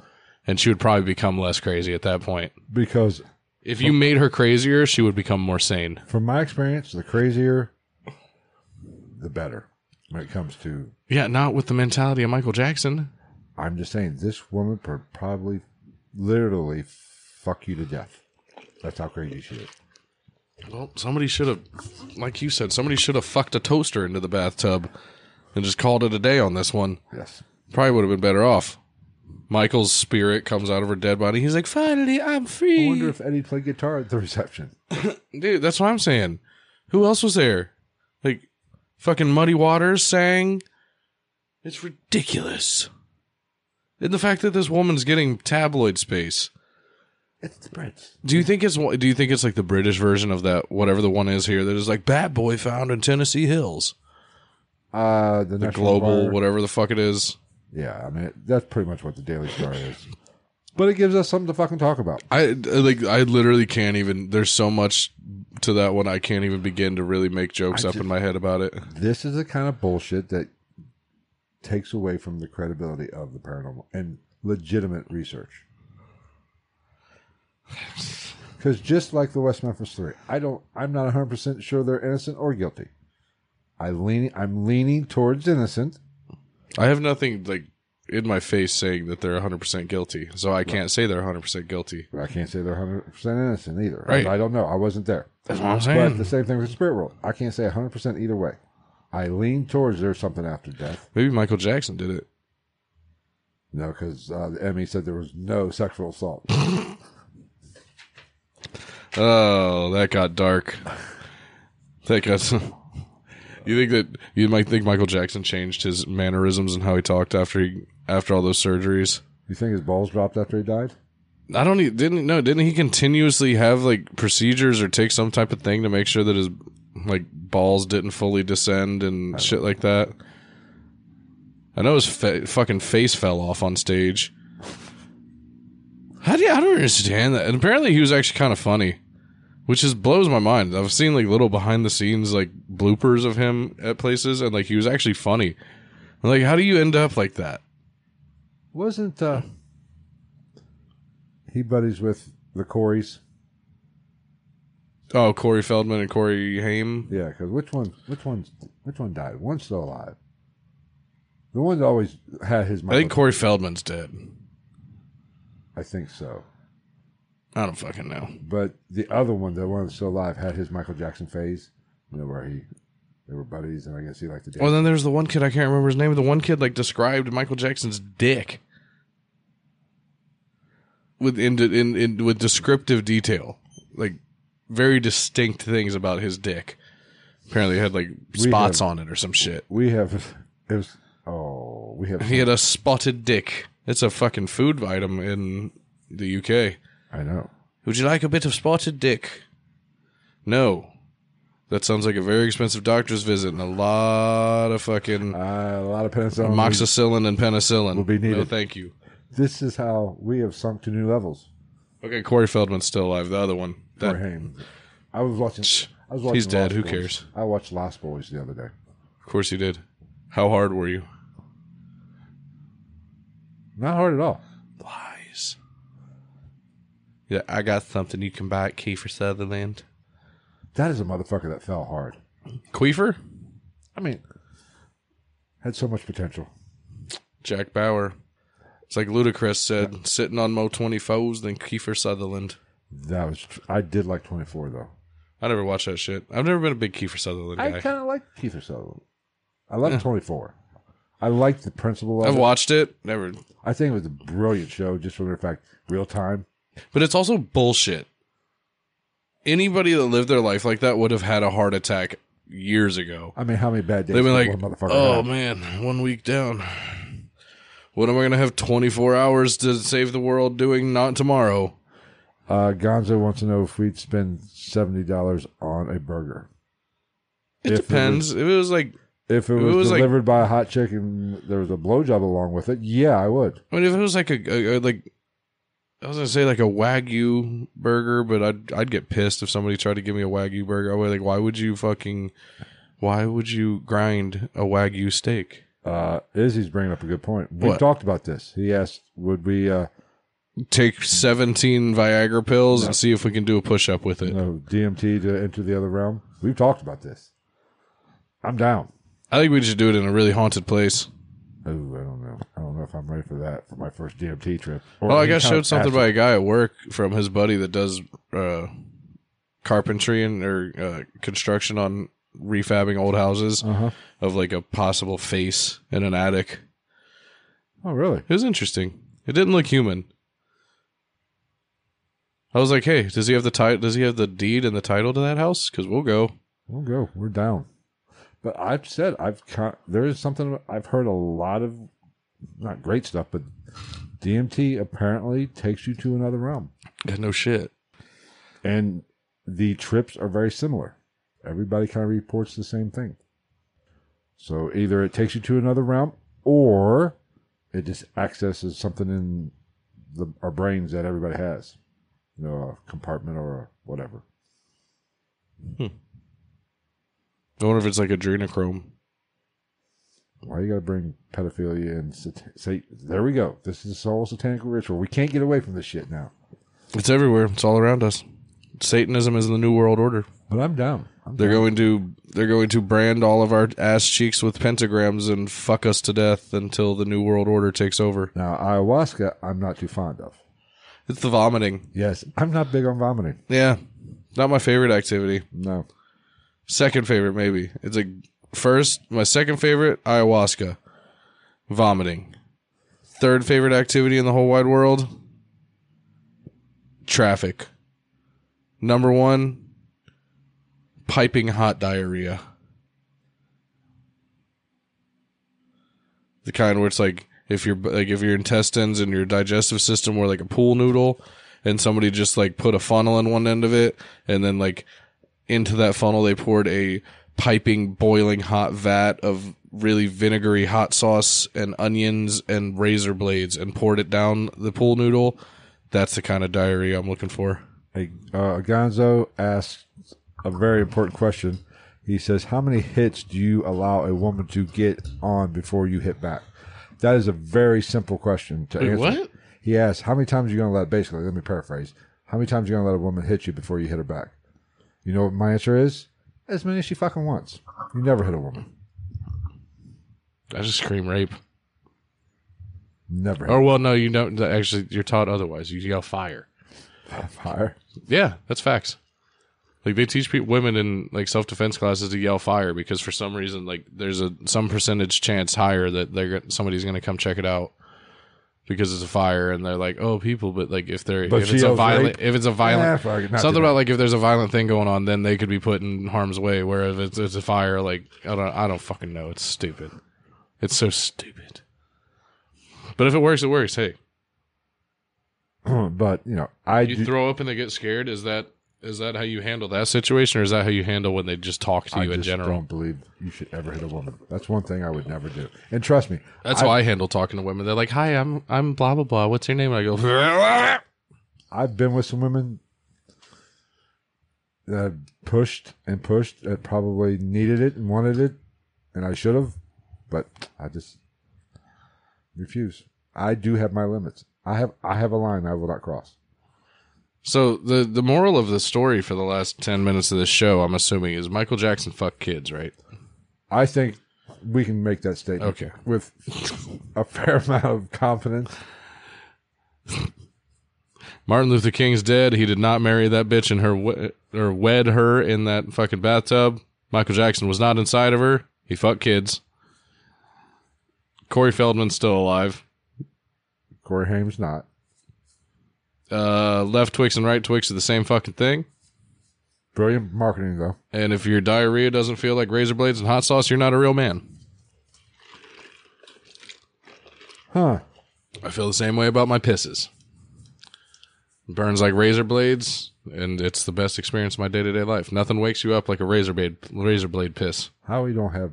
F: and she would probably become less crazy at that point.
A: because
F: If you made her crazier, she would become more sane.
A: from my experience, the crazier, the better when it comes to.
F: Yeah, not with the mentality of Michael Jackson.
A: I'm just saying, this woman could probably literally fuck you to death. That's how crazy she is.
F: Well, somebody should have like you said, somebody should have fucked a toaster into the bathtub and just called it a day on this one.
A: Yes.
F: Probably would have been better off. Michael's spirit comes out of her dead body. He's like, "Finally, I'm
A: I
F: free."
A: wonder if Eddie played guitar at the reception.
F: Dude, that's what I'm saying. Who else was there? Like, fucking Muddy Waters sang. It's ridiculous. And the fact that this woman's getting tabloid space.
A: It's the Brits.
B: Do you think it's one- do you think it's like the British version of that whatever the one is here that is like Bat Boy found in Tennessee Hills,
A: Uh, the,
B: the
A: National
B: global
A: Enquirer.
B: whatever the fuck it is?
A: Yeah, I mean it- that's pretty much what the Daily Star is. But it gives us something to fucking talk about.
B: I like I literally can't even. There's so much to that one I can't even begin to really make jokes up in my head about it.
A: This is the kind of bullshit that takes away from the credibility of the paranormal and legitimate research. Because just like the West Memphis Three, I don't. I'm not 100 percent sure they're innocent or guilty. I lean. I'm leaning towards innocent.
B: I have nothing like in my face saying that they're 100% guilty, so I can't say they're 100% guilty.
A: But I can't say they're 100% innocent either.
B: Right.
A: I, I don't know. I wasn't there.
B: That's what I'm
A: But the same thing with the spirit world. I can't say 100% either way. I lean towards there's something after death.
B: Maybe Michael Jackson did it.
A: No, because uh, the Emmy said there was no sexual assault.
B: Oh, that got dark. That got. you think that you might think Michael Jackson changed his mannerisms and how he talked after he after all those surgeries?
A: you think his balls dropped after he died?
B: I don't e- didn't no didn't he continuously have like procedures or take some type of thing to make sure that his like balls didn't fully descend and shit like that. I know his fa- fucking face fell off on stage. How do you, I don't understand that? And apparently he was actually kind of funny, which just blows my mind. I've seen like little behind the scenes like bloopers of him at places, and like he was actually funny. I'm like, how do you end up like that?
A: Wasn't uh, he buddies with the Coreys?
B: Oh, Corey Feldman and Corey Haim.
A: Yeah, because which one? Which one's Which one died? One's still alive. The one that always had his.
B: I think
A: Michael-
B: Corey Feldman's dead.
A: I think so.
B: I don't fucking know.
A: But the other one, the one that's still alive, had his Michael Jackson phase, you know, where he they were buddies, and I guess he liked to dance.
B: Well, then there's the one kid I can't remember his name. The one kid like described Michael Jackson's dick with in in, in with descriptive detail, like very distinct things about his dick. Apparently, it had like spots on it or some shit.
A: we have it was oh we have
B: He had a spotted dick. It's a fucking food item in the UK.
A: I know
B: Would you like a bit of spotted dick? No. That sounds like a very expensive doctor's visit and a lot of fucking
A: uh, a lot of penicillin.
B: amoxicillin and penicillin
A: will be needed.
B: No, thank you.
A: this is how we have sunk to new levels.
B: Okay, Corey Feldman's still alive. The other one,
A: For
B: that,
A: him, I was watching. I was watching.
B: He's dead.
A: Lost
B: Who
A: Boys.
B: cares?
A: I watched Lost Boys the other day.
B: of course, he did. How hard were you?
A: Not hard at all.
B: Lies. Yeah, I got something you can buy at Kiefer Sutherland.
A: That is a motherfucker that fell hard.
B: Queefer,
A: I mean, had so much potential.
B: Jack Bauer. It's like Ludacris said, sitting on Mo twenty foes than Kiefer Sutherland.
A: That was. Tr- I did like Twenty Four though.
B: I never watched that shit. I've never been a big Kiefer Sutherland
A: I
B: guy.
A: kind of like Keith Sutherland. I like 24. I like the principle of
B: I've
A: it.
B: watched it, never,
A: I think it was a brilliant show, just for the mere fact, real time.
B: but it's also bullshit. Anybody that lived their life like that would have had a heart attack years ago.
A: I mean, how many bad days?
B: They'd be
A: did
B: like,
A: one motherfucker
B: "Oh
A: have?"
B: man, one week down. What am I gonna have twenty four hours to save the world doing? Not tomorrow.
A: Uh, Gonzo wants to know if we'd spend seventy dollars on a burger
B: It
A: If it
B: depends. If it, was, like,
A: if it
B: If it
A: was,
B: was like-
A: delivered by a hot chick and there was a blowjob along with it. Yeah, I would.
B: I mean, if it was like a, a, a- like, I was gonna say like a wagyu burger, but I'd I'd get pissed if somebody tried to give me a wagyu burger. I would be like, why would you fucking, why would you grind a wagyu steak?
A: Uh, Izzy's bringing up a good point. We
B: What?
A: talked about this. He asked, "Would we uh,
B: Take seventeen Viagra pills and see if we can do a push up with it.
A: you know, DMT to enter the other realm?" We've talked about this. I'm down.
B: I think we should do it in a really haunted place.
A: Oh, I don't know. I don't know if I'm ready for that for my first DMT trip. Or
B: Well, Oh, I
A: any
B: got
A: kind of
B: showed something
A: acid.
B: by a guy at work from his buddy that does uh, carpentry and or uh, construction on refabbing old houses
G: Uh-huh.
B: of like a possible face in an attic.
A: Oh, really?
B: It was interesting. It didn't look human. I was like, "Hey, does he have the title? Does he have the deed and the title to that house? Because we'll go."
A: We'll go. We're down. But I've said I've con- there is something I've heard a lot of, not great stuff, but DMT apparently takes you to another realm.
G: Got no shit.
A: And the trips are very similar. Everybody kind of reports the same thing. So either it takes you to another realm or it just accesses something in the, our brains that everybody has, you know, a compartment or whatever.
G: I wonder if it's like adrenochrome.
A: Why you got to bring pedophilia and sat- say, there we go. This is this whole satanic ritual. We can't get away from this shit now.
G: It's everywhere. It's all around us. Satanism is the new world order.
A: But I'm down. I'm
G: They're going to they're going to brand all of our ass cheeks with pentagrams and fuck us to death until the new world order takes over.
A: Now, ayahuasca, I'm not too fond of.
G: It's the vomiting.
A: Yes, I'm not big on vomiting.
G: Yeah. Not my favorite activity.
A: No.
G: Second favorite maybe. It's like first, my second favorite ayahuasca. Vomiting. Third favorite activity in the whole wide world. Traffic. Number 1 piping hot diarrhea. The kind where it's like if your like if your intestines and your digestive system were like a pool noodle, and somebody just like put a funnel in one end of it, and then like into that funnel they poured a piping boiling hot vat of really vinegary hot sauce and onions and razor blades and poured it down the pool noodle. That's the kind of diarrhea I'm looking for.
A: Hey, uh, Gonzo asks a very important question. He says, "How many hits do you allow a woman to get on before you hit back?" That is a very simple question to answer.
B: what?
A: He asks, "How many times are you going to let?" Basically, let me paraphrase. How many times are you going to let a woman hit you before you hit her back? You know what my answer is? As many as she fucking wants. You never hit a woman.
B: I just scream rape.
A: Never hit
G: Oh,
B: Or well, no, you don't. Actually, you're taught otherwise. You yell fire.
A: a fire.
B: Yeah, that's facts. Like they teach people, women in like self defense classes to yell fire because for some reason like there's a some percentage chance higher that they're go- somebody's gonna come check it out because it's a fire and they're like oh people but like if they're
A: But
B: if
A: she
B: it's a
A: yells
B: violent
A: rape.
B: if it's a
A: Ah,
B: violent
A: fuck it, not
B: something
A: today.
B: about like if there's a violent thing going on then they could be put in harm's way where if it's, it's a fire like I don't I don't fucking know it's stupid it's so stupid but if it works it works hey
A: but you know, I
B: you
A: do-
B: throw up and they get scared is that is that how you handle that situation or is that how you handle when they just talk to
A: I
B: you in
A: just
B: general
A: don't believe you should ever hit a woman. That's one thing I would never do. And trust me,
B: that's how i handle talking to women they're like hi i'm i'm blah blah blah what's your name and i go
A: I've been with some women that I've pushed and pushed that probably needed it and wanted it, and I should have, but I just refuse. I do have my limits. I have I have a line I will not cross.
B: so the the moral of the story for the last 10 minutes of this show i'm assuming is michael jackson fuck kids right
A: I think we can make that statement
B: Okay.
A: with a fair amount of confidence.
B: martin luther king's dead he did not marry that bitch and her we- or wed her in that fucking bathtub michael jackson was not inside of her he fucked kids corey feldman's still alive
A: Corey Haim's not.
B: uh, left Twix and right Twix are the same fucking thing.
A: Brilliant marketing though.
B: And if your diarrhea doesn't feel like razor blades and hot sauce, you're not a real man.
A: Huh.
B: I feel the same way about my pisses. Burns like razor blades, and it's the best experience of my day to day life. Nothing wakes you up like a razor blade, razor blade piss,
A: How we don't have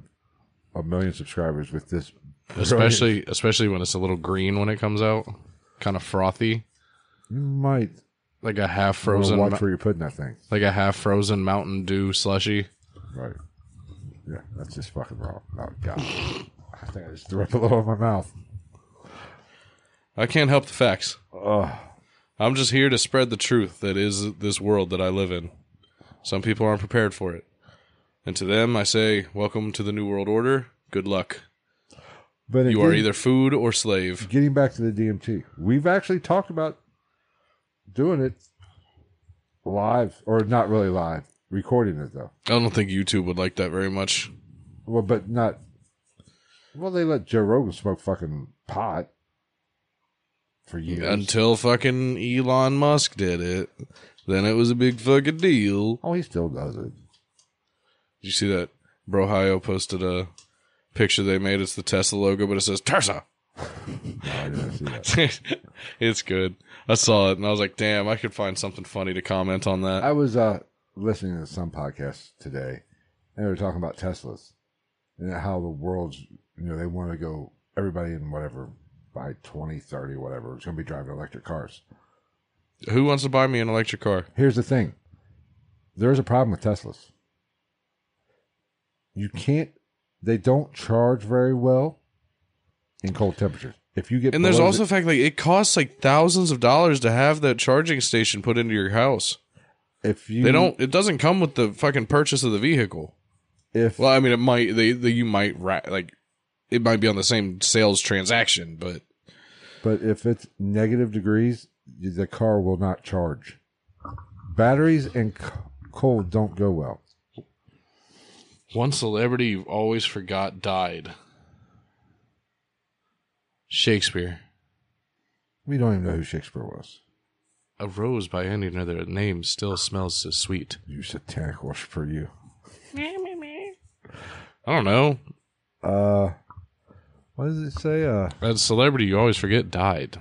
A: a million subscribers with this
B: especially especially when it's a little green when it comes out, kind of frothy,
A: You might
B: like a
A: want
B: half
A: to
B: frozen,
A: watch
B: mo-
A: where you're putting that thing.
B: like a half frozen Mountain Dew slushy.
A: Right. Yeah, that's just fucking wrong. Oh god. I think I just threw up a little in my mouth.
B: I can't help the facts. I'm just here to spread the truth that is this world that I live in. Some people aren't prepared for it. And to them, I say, Welcome to the New World Order. Good luck.
A: But
B: You
A: again,
B: are either food or slave.
A: getting back to the DMT. We've actually talked about doing it live or not really live, recording it though.
B: I don't think YouTube would like that very much.
A: Well, but not. Well, they let Joe Rogan smoke fucking pot for years.
B: Until fucking Elon Musk did it. Then it was a big fucking deal.
A: oh, he still does it.
B: Did you see that? Brohio posted a picture they made. It's the Tesla logo, but it says Tesla.
A: I didn't see that.
B: it's good. I saw it and I was like, damn, I could find something funny to comment on that.
A: I was uh, listening to some podcast today, and they were talking about Teslas and how the world's, you know, they want to go, everybody in whatever, by 20, 30, whatever, it's going to be driving electric cars.
B: Who wants to buy me an electric car?
A: Here's the thing there's a problem with Teslas. You can't, they don't charge very well in cold temperatures. If you get
B: And there's
A: below
B: also
A: the-
B: the fact like it costs like thousands of dollars to have that charging station put into your house.
A: if you
B: They don't. It doesn't come with the fucking purchase of the vehicle.
A: if
B: Well, I mean, it might. They, they you might ra- like it might be on the same sales transaction, but
A: But if it's negative degrees, the car will not charge. Batteries and c- cold don't go well.
F: One celebrity you've always forgot died. Shakespeare.
A: We don't even know who Shakespeare was.
F: A rose by any other name still smells so sweet.
A: You satanic worshiper, you.
F: I don't know.
A: Uh, what does it say? Uh,
F: That celebrity you always forget died.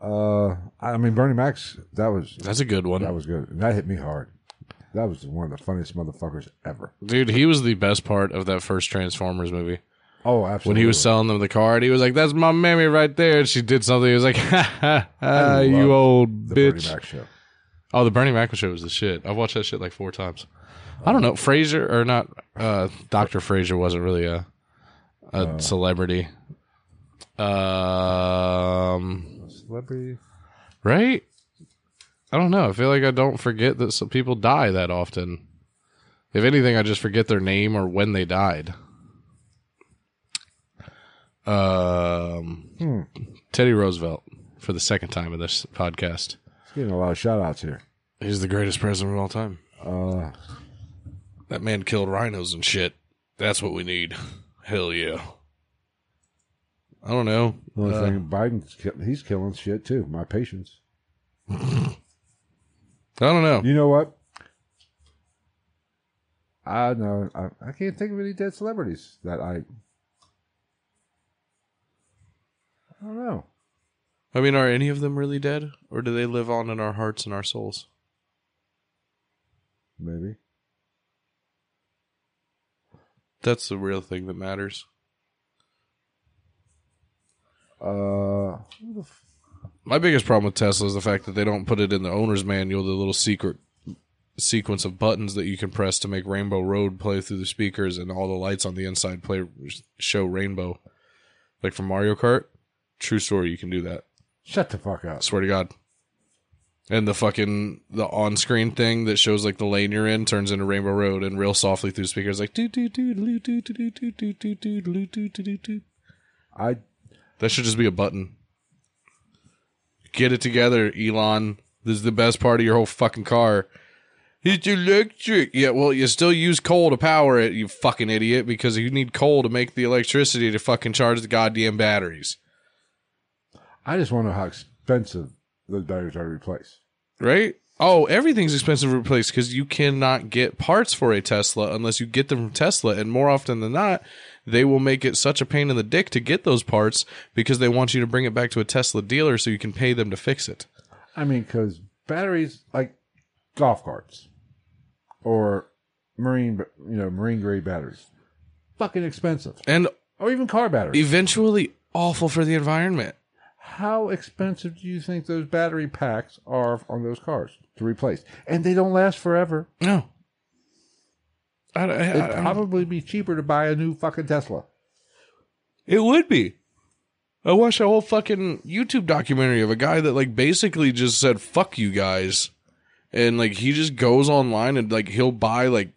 A: uh, I mean Bernie Mac's. That was
F: That's a good one.
A: that was good. And that hit me hard. That was one of the funniest motherfuckers ever.
F: Dude, he was the best part of that first Transformers movie.
A: Oh, absolutely.
F: When he was selling them the car, and he was like, "That's my mammy right there," and she did something. He was like, "Ha ha, ha
A: love
F: you old
A: the
F: bitch!"
A: Bernie Mac show.
F: Oh, the Bernie Mac show was the shit. I've watched that shit like four times. I don't know. Fraser or not? Uh, Doctor Fraser wasn't really a a celebrity. Um,
A: Celebrity.
F: right? I don't know. I feel like I don't forget that some people die that often. If anything, I just forget their name or when they died. Um, Teddy Roosevelt for the second time of this podcast.
A: It's getting a lot of shout outs here.
F: He's the greatest president of all time.
B: that man killed rhinos and shit. That's what we need. Hell yeah. I don't know.
A: The only thing Uh, Biden's kill- he's killing shit too. My patience.
B: I don't know.
A: You know what? I know I, I can't think of any dead celebrities that I. I don't know.
B: I mean, are any of them really dead, or do they live on in our hearts and our souls?
A: Maybe
B: That's the real thing that matters.
A: uh, who the f-
B: My biggest problem with Tesla is the fact that they don't put it in the owner's manual, the little secret sequence of buttons that you can press to make Rainbow Road play through the speakers and all the lights on the inside play show rainbow. Like from Mario Kart. True story, you can do that.
A: shut the fuck up.
B: Swear to God. And the fucking the on screen thing that shows like the lane you're in turns into Rainbow Road and real softly through speakers like doo doo doo doo doo doo doo doo doo doo doo doo doo doo.
A: I
B: That should just be a button. Get it together, Elon. This is the best part of your whole fucking car. It's electric. Yeah, well, you still use coal to power it, you fucking idiot, because you need coal to make the electricity to fucking charge the goddamn batteries.
A: I just want to know how expensive those batteries are to replace.
B: Right? Oh, everything's expensive to replace because you cannot get parts for a Tesla unless you get them from Tesla. And more often than not, they will make it such a pain in the dick to get those parts because they want you to bring it back to a Tesla dealer so you can pay them to fix it.
A: I mean, because batteries like golf carts or marine, you know, marine grade batteries, fucking expensive,
B: And
A: or even car batteries.
B: eventually awful for the environment.
A: how expensive do you think those battery packs are on those cars to replace? And they don't last forever.
B: No. I, I- I-
A: It'd probably be cheaper to buy a new fucking Tesla.
B: it would be. I watched a whole fucking YouTube documentary of a guy that like basically just said "fuck you guys," and like he just goes online and like he'll buy like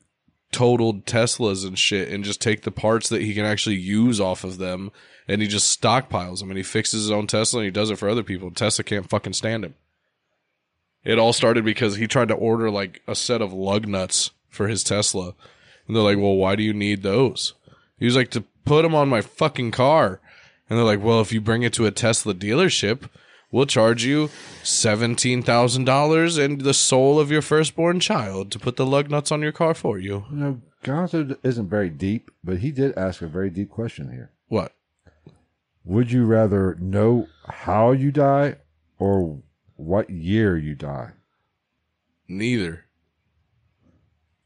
B: totaled Teslas and shit and just take the parts that he can actually use off of them and he just stockpiles them and he fixes his own Tesla and he does it for other people. Tesla can't fucking stand him. It all started because he tried to order like a set of lug nuts for his Tesla. And they're like, well, why do you need those? He was like, to put them on my fucking car. And they're like, well, if you bring it to a Tesla dealership, we'll charge you $17,000 and the soul of your firstborn child to put the lug nuts on your car for you.
A: You know, Gonzo isn't very deep, but he did ask a very deep question here.
B: What?
A: Would you rather know how you die or what year you die.
H: Neither.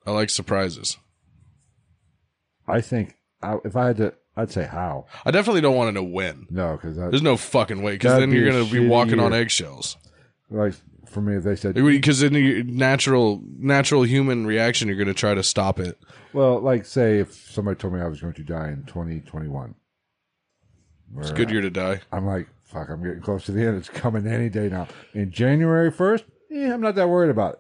H: I like surprises.
A: I think I, if I had to, I'd say how.
H: I definitely don't want to know when.
A: No, because
H: There's no fucking way because
A: That'd
H: then
A: be
H: you're
A: a
H: gonna be
A: shitty
H: walking on
A: year.
H: eggshells.
A: like for me, if they said,
H: Because then your natural natural human reaction, you're gonna try to stop it.
A: well, like say if somebody told me I was going to die in 2021,
H: It's a good year to die.
A: I'm like, fuck, I'm getting close to the end. It's coming any day now. In January 1st, eh, I'm not that worried about it.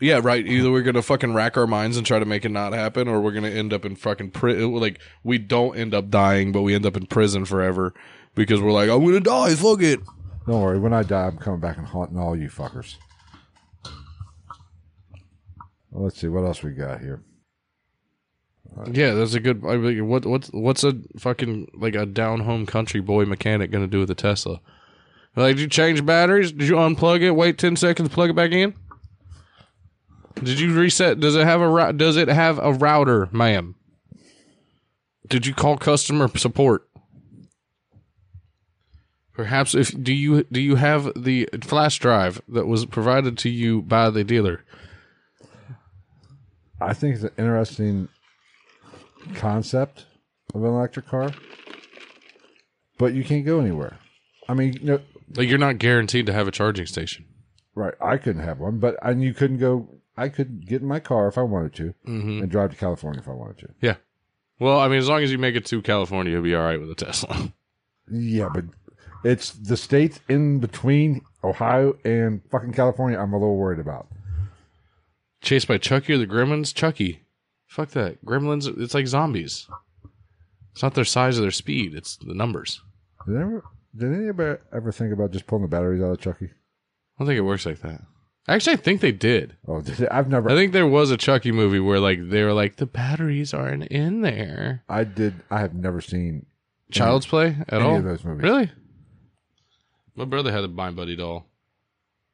H: Yeah, right. Either we're gonna fucking rack our minds and try to make it not happen, or we're gonna end up in fucking prison. Like we don't end up dying, but we end up in prison forever because we're like, I'm gonna die. Fuck it.
A: Don't worry. When I die, I'm coming back and haunting all you fuckers. Well, let's see what else we got here.
B: Yeah, that's a good. I mean, what what's what's a fucking like a down home country boy mechanic gonna do with a Tesla? Like, did you change batteries? Did you unplug it? Wait ten seconds, plug it back in. Did you reset? Does it have a rou- does it have a router, ma'am? Did you call customer support? Perhaps if do you do you have the flash drive that was provided to you by the dealer?
A: I think it's an interesting concept of an electric car, but you can't go anywhere. I mean, you know,
B: Like you're not guaranteed to have a charging station.
A: right? I couldn't have one, but and you couldn't go. I could get in my car if I wanted to and drive to California if I wanted to.
B: Yeah. Well, I mean, as long as you make it to California, you'll be all right with a Tesla.
A: Yeah, but it's the states in between Ohio and fucking California. I'm a little worried about.
B: Chased by Chucky or the Gremlins? Chucky. Fuck that. Gremlins, it's like zombies. It's not their size or their speed, it's the numbers.
A: Did, ever, did anybody ever think about just pulling the batteries out of Chucky?
B: I don't think it works like that. Actually, I think they did.
A: Oh, did it? I've never.
B: I think there was a Chucky movie where like they were like the batteries aren't in there.
A: I did. I have never seen.
B: Child's Play at all?
A: of those movies.
B: Really? My brother had a Mind Buddy doll.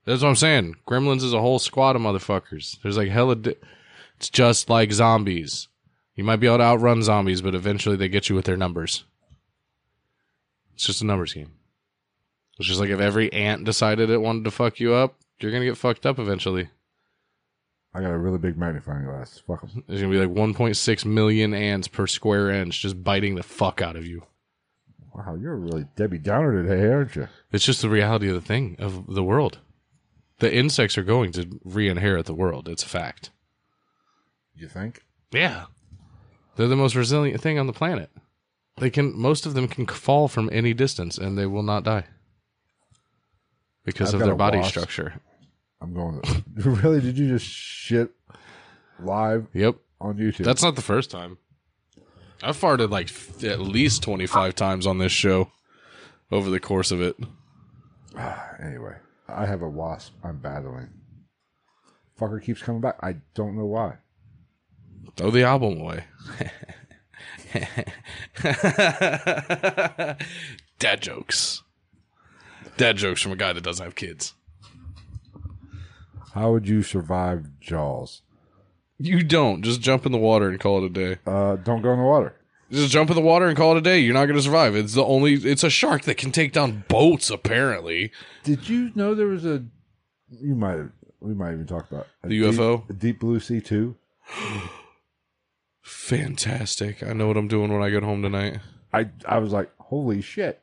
B: That's what I'm saying. Gremlins is a whole squad of motherfuckers. There's like hella. Di- it's just like zombies. You might be able to outrun zombies, but eventually they get you with their numbers. It's just a numbers game. It's just like if every ant decided it wanted to fuck you up, you're gonna get fucked up eventually.
A: I got a really big magnifying glass. Fuck 'em.
B: There's gonna be like 1.6 million ants per square inch just biting the fuck out of you.
A: Wow, you're really Debbie Downer today, aren't you?
B: It's just the reality of the thing of the world. The insects are going to re-inherit the world. It's a fact.
A: You think?
B: Yeah, they're the most resilient thing on the planet. They can most of them can fall from any distance and they will not die because
A: I've
B: of
A: got
B: their
A: a
B: body
A: wasp.
B: structure.
A: I'm going. To, really? Did you just shit live
B: Yep,
A: on YouTube?
B: that's not the first time. I farted like f- at least twenty five times on this show over the course of it.
A: anyway. I have a wasp. I'm battling. Fucker keeps coming back. I don't know why.
B: Throw the album away. Dad jokes. Dad jokes from a guy that doesn't have kids.
A: How would you survive Jaws?
B: You don't. Just jump in the water and call it a day.
A: Uh, don't go in the water.
B: Just jump in the water and call it a day. You're not going to survive. It's the only. It's a shark that can take down boats. Apparently,
A: Did you know there was a? You might. have- We might even talk about a
B: The
A: deep-
B: UFO?
A: a Deep Blue Sea two.
B: fantastic. I know what I'm doing when I get home tonight.
A: I I was like, holy shit!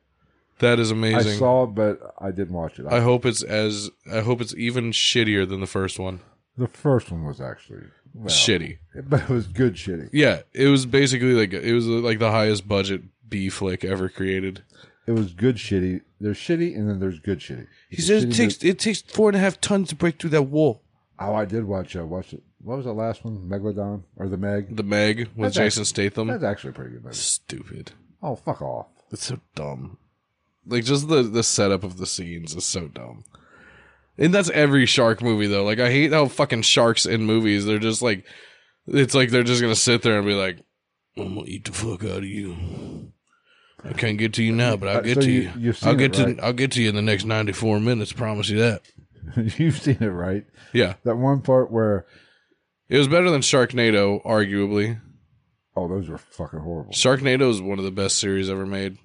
B: That is
A: I
B: amazing.
A: saw it, but I didn't watch it. I,
B: I hope it's as. I hope it's even shittier than the first one.
A: the first one was actually well,
B: Shitty.
A: but it was good shitty.
B: Yeah, it was basically like it was like the highest budget B flick ever created.
A: It was good shitty. There's shitty, and then there's good shitty.
B: He says it takes it takes four and a half tons to break through that wall.
A: Oh, I did watch. Uh, watch it. What was the last one? Megalodon or the Meg?
B: The Meg with
A: That's
B: Jason
A: actually-
B: Statham.
A: That's actually a pretty good movie.
B: Stupid.
A: Oh, fuck off.
B: It's so dumb. Like just the the setup of the scenes is so dumb. And that's every shark movie though. Like I hate how fucking sharks in movies they're just like it's like they're just gonna sit there and be like, I'm gonna eat the fuck out of you. I can't get to you now, but I'll
A: Uh,
B: get
A: so
B: to
A: you-
B: you.
A: you've seen
B: I'll get
A: it, right?
B: to I'll get to you in the next ninety four minutes, promise you that.
A: You've seen it, right?
B: Yeah.
A: That one part where
B: It was better than Sharknado, arguably.
A: oh, those were fucking horrible.
B: Sharknado is one of the best series ever made.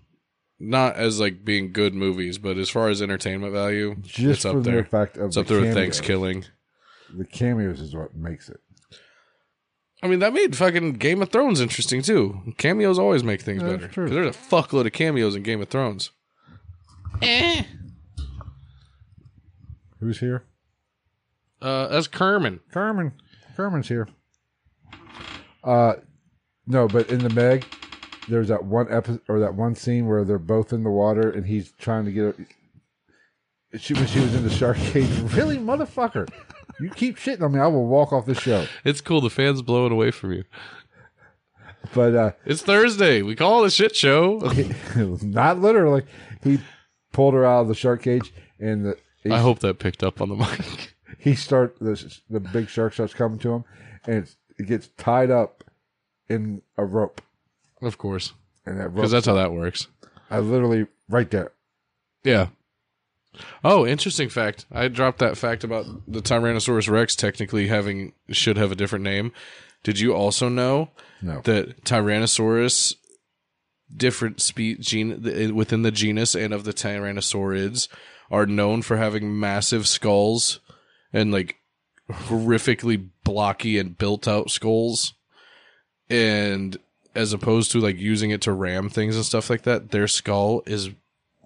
B: not as like being good movies, but as far as entertainment value,
A: Just
B: it's up
A: for the
B: there.
A: fact of
B: it's up
A: the
B: there with
A: cameos.
B: Thanksgiving.
A: The cameos is what makes it.
B: I mean, that made fucking Game of Thrones interesting too. Cameos always make things
A: Yeah, that's
B: better.
A: true.
B: 'Cause There's a fuckload of cameos in Game of Thrones.
A: Who's here?
F: Uh, that's Kerman.
A: Carmen. Carmen's here. Uh, no, but in the Meg, there's that one episode or that one scene where they're both in the water and he's trying to get. Her- she when she was in the shark cage. Really, motherfucker, you keep shitting on me. I will walk off the show.
F: It's cool. The fans blowing away from you.
A: But uh,
F: It's Thursday. We call it a shit show.
A: not literally. He pulled her out of the shark cage and the. He,
F: I hope that picked up on the mic.
A: he start the the big shark starts coming to him, and it's, it gets tied up in a rope.
F: Of course,
A: And that rope,
F: because that's how that works.
A: I literally right there.
F: Yeah. Oh, interesting fact. I dropped that fact about the Tyrannosaurus Rex technically having should have a different name. Did you also know
A: No.
B: That Tyrannosaurus, different spe- gene the- eh, within the genus and of the Tyrannosaurids, are known for having massive skulls and like horrifically blocky and built out skulls. And as opposed to like using it to ram things and stuff like that, their skull is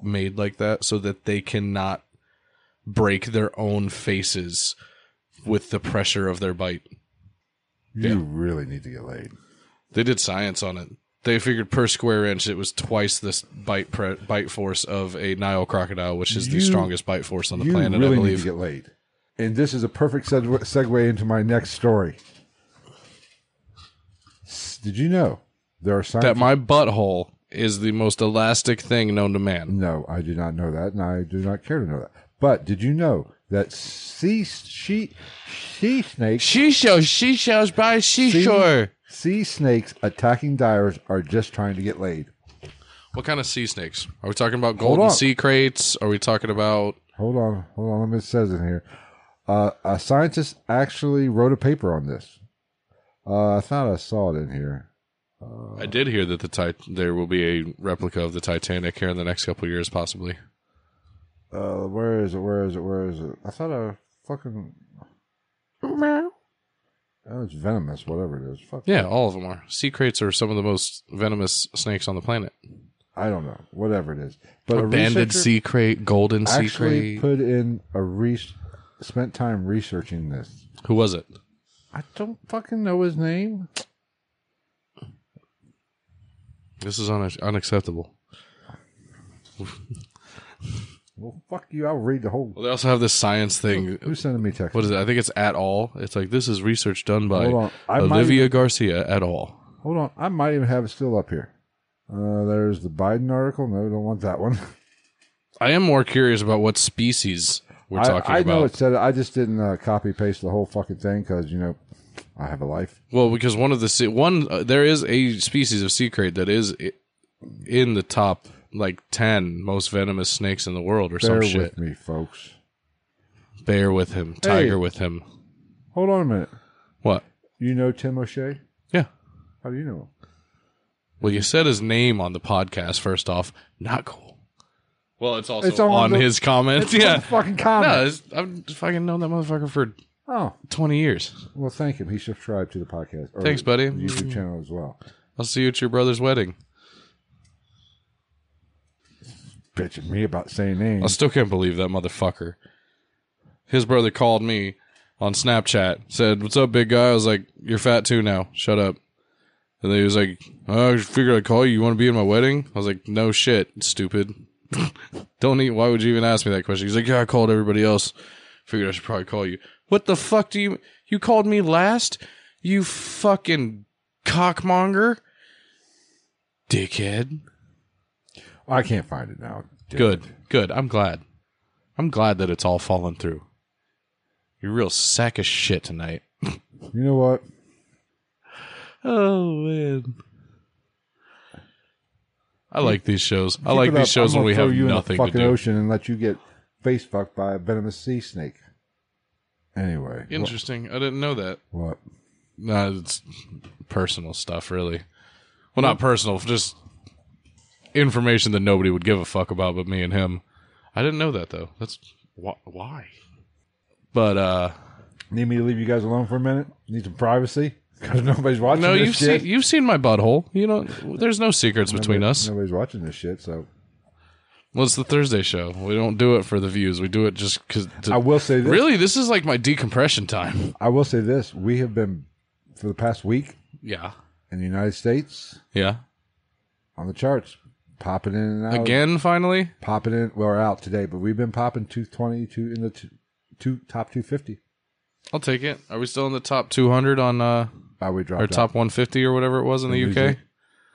B: made like that so that they cannot break their own faces with the pressure of their bite.
A: You really need to get laid.
B: They did science on it. They figured per square inch it was twice this bite pre- bite force of a Nile crocodile, which is
A: You-
B: the strongest bite force on the
A: You
B: planet, I
A: really need to
B: believe.
A: get laid. And this is a perfect seg- segue into my next story. S- Did you know there are scientists?
B: that my butthole is the most elastic thing known to man.
A: no, I do not know that, and I do not care to know that. But did you know that sea she sea snakes
B: She shows she shows by seashore.
A: sea snakes attacking divers are just trying to get laid?
B: What kind of sea snakes? Are we talking about golden
A: on.
B: sea crates? Are we talking about
A: Hold on, hold on. Let me says in here. Uh, a scientist actually wrote a paper on this. Uh, I thought I saw it in here.
B: I did hear that the tit- there will be a replica of the Titanic here in the next couple of years, possibly.
A: Uh, where is it? Where is it? Where is it? I thought I fucking. Oh, it's venomous. Whatever it is. Fuck.
F: Yeah, all of them are. Sea crates are some of the most venomous snakes on the planet.
A: I don't know. Whatever it is. But a
F: Banded
A: researcher
F: sea crate, golden sea
A: actually
F: crate.
A: put in a re- spent time researching this.
F: Who was it?
A: I don't fucking know his name.
F: This is un- unacceptable.
A: Well, fuck you. I'll read the whole.
F: Well, they also have this science thing.
A: Who's sending me text?
F: What is it? I think it's at all. It's like this is research done by
A: Hold on. I might
F: Olivia Garcia at all.
A: Hold on, I might even have it still up here. Uh, there's the Biden article. No, don't want that one.
F: I am more curious about what species we're
A: I,
F: talking
A: I know
F: about.
A: it said it. I just didn't uh, copy paste the whole fucking thing because you know I have a life.
F: Well, because one of the sea- one uh, there is a species of sea crate that is i- in the top like ten most venomous snakes in the world or
A: Bear
F: some
A: with
F: shit.
A: me, folks.
F: Bear with him, tiger with him.
A: Hold on a minute.
F: What?
A: You know Tim O'Shea?
F: Yeah.
A: How do you know him?
F: Well, you said his name on the podcast first off. Not cool. Well, it's also
A: It's on
F: on,
A: the-
F: his comments. Yeah.
A: What the fucking
F: No,
A: comment.
F: it's, I've fucking known that motherfucker for
A: Oh,
F: twenty years.
A: well, thank him. He subscribed to the podcast. or
F: Thanks, buddy.
A: the YouTube channel as well.
F: I'll see you at your brother's wedding.
A: Bitching me about saying
F: I
A: names.
F: still can't believe that motherfucker. His brother called me on Snapchat, said, What's up, big guy? I was like, You're fat too now. Shut up. And then he was like, oh, I figured I'd call you. You want to be in my wedding? I was like, No shit, stupid. Don't eat. Why would you even ask me that question? He's like, Yeah, I called everybody else. Figured I should probably call you. What the fuck do you. You called me last? You fucking cockmonger? Dickhead.
A: I can't find it now.
F: Good, good. I'm glad. I'm glad that it's all fallen through. You're a real sack of shit tonight.
A: You know what?
F: Oh man. I like these shows. I like
A: Keep it
F: these
A: up.
F: shows
A: I'm
F: when we
A: gonna
F: have
A: throw you
F: nothing
A: in the
F: to
A: fucking
F: do.
A: ocean and let you get face fucked by a venomous sea snake. Anyway, wh-
F: Interesting. I didn't know that.
A: what?
F: Nah, it's personal stuff, really. Well, not personal. Just
B: information that nobody would give a fuck about but me and him. I didn't know that though. That's wh- why. But uh
A: Need me to leave you guys alone for a minute? Need some privacy? Because nobody's watching
B: no,
A: this
B: you've
A: shit.
B: seen you've seen my butthole. You know, there's no secrets between us.
A: Nobody's watching this shit, so.
B: Well, it's the Thursday show. We don't do it for the views. We do it just because.
A: I will say this.
B: Really, this is like my decompression time.
A: I will say this. We have been, for the past week
B: Yeah.
A: in the United States,
B: Yeah.
A: on the charts, popping in and out.
B: Again, finally.
A: Popping in. Well, we're out today, but we've been popping 220 to in the two, two, top 250.
B: I'll take it. Are we still in the top 200 on uh
A: Uh, we dropped
B: or
A: out.
B: top 150 or whatever it was in the
A: New
B: UK?
A: Zealand.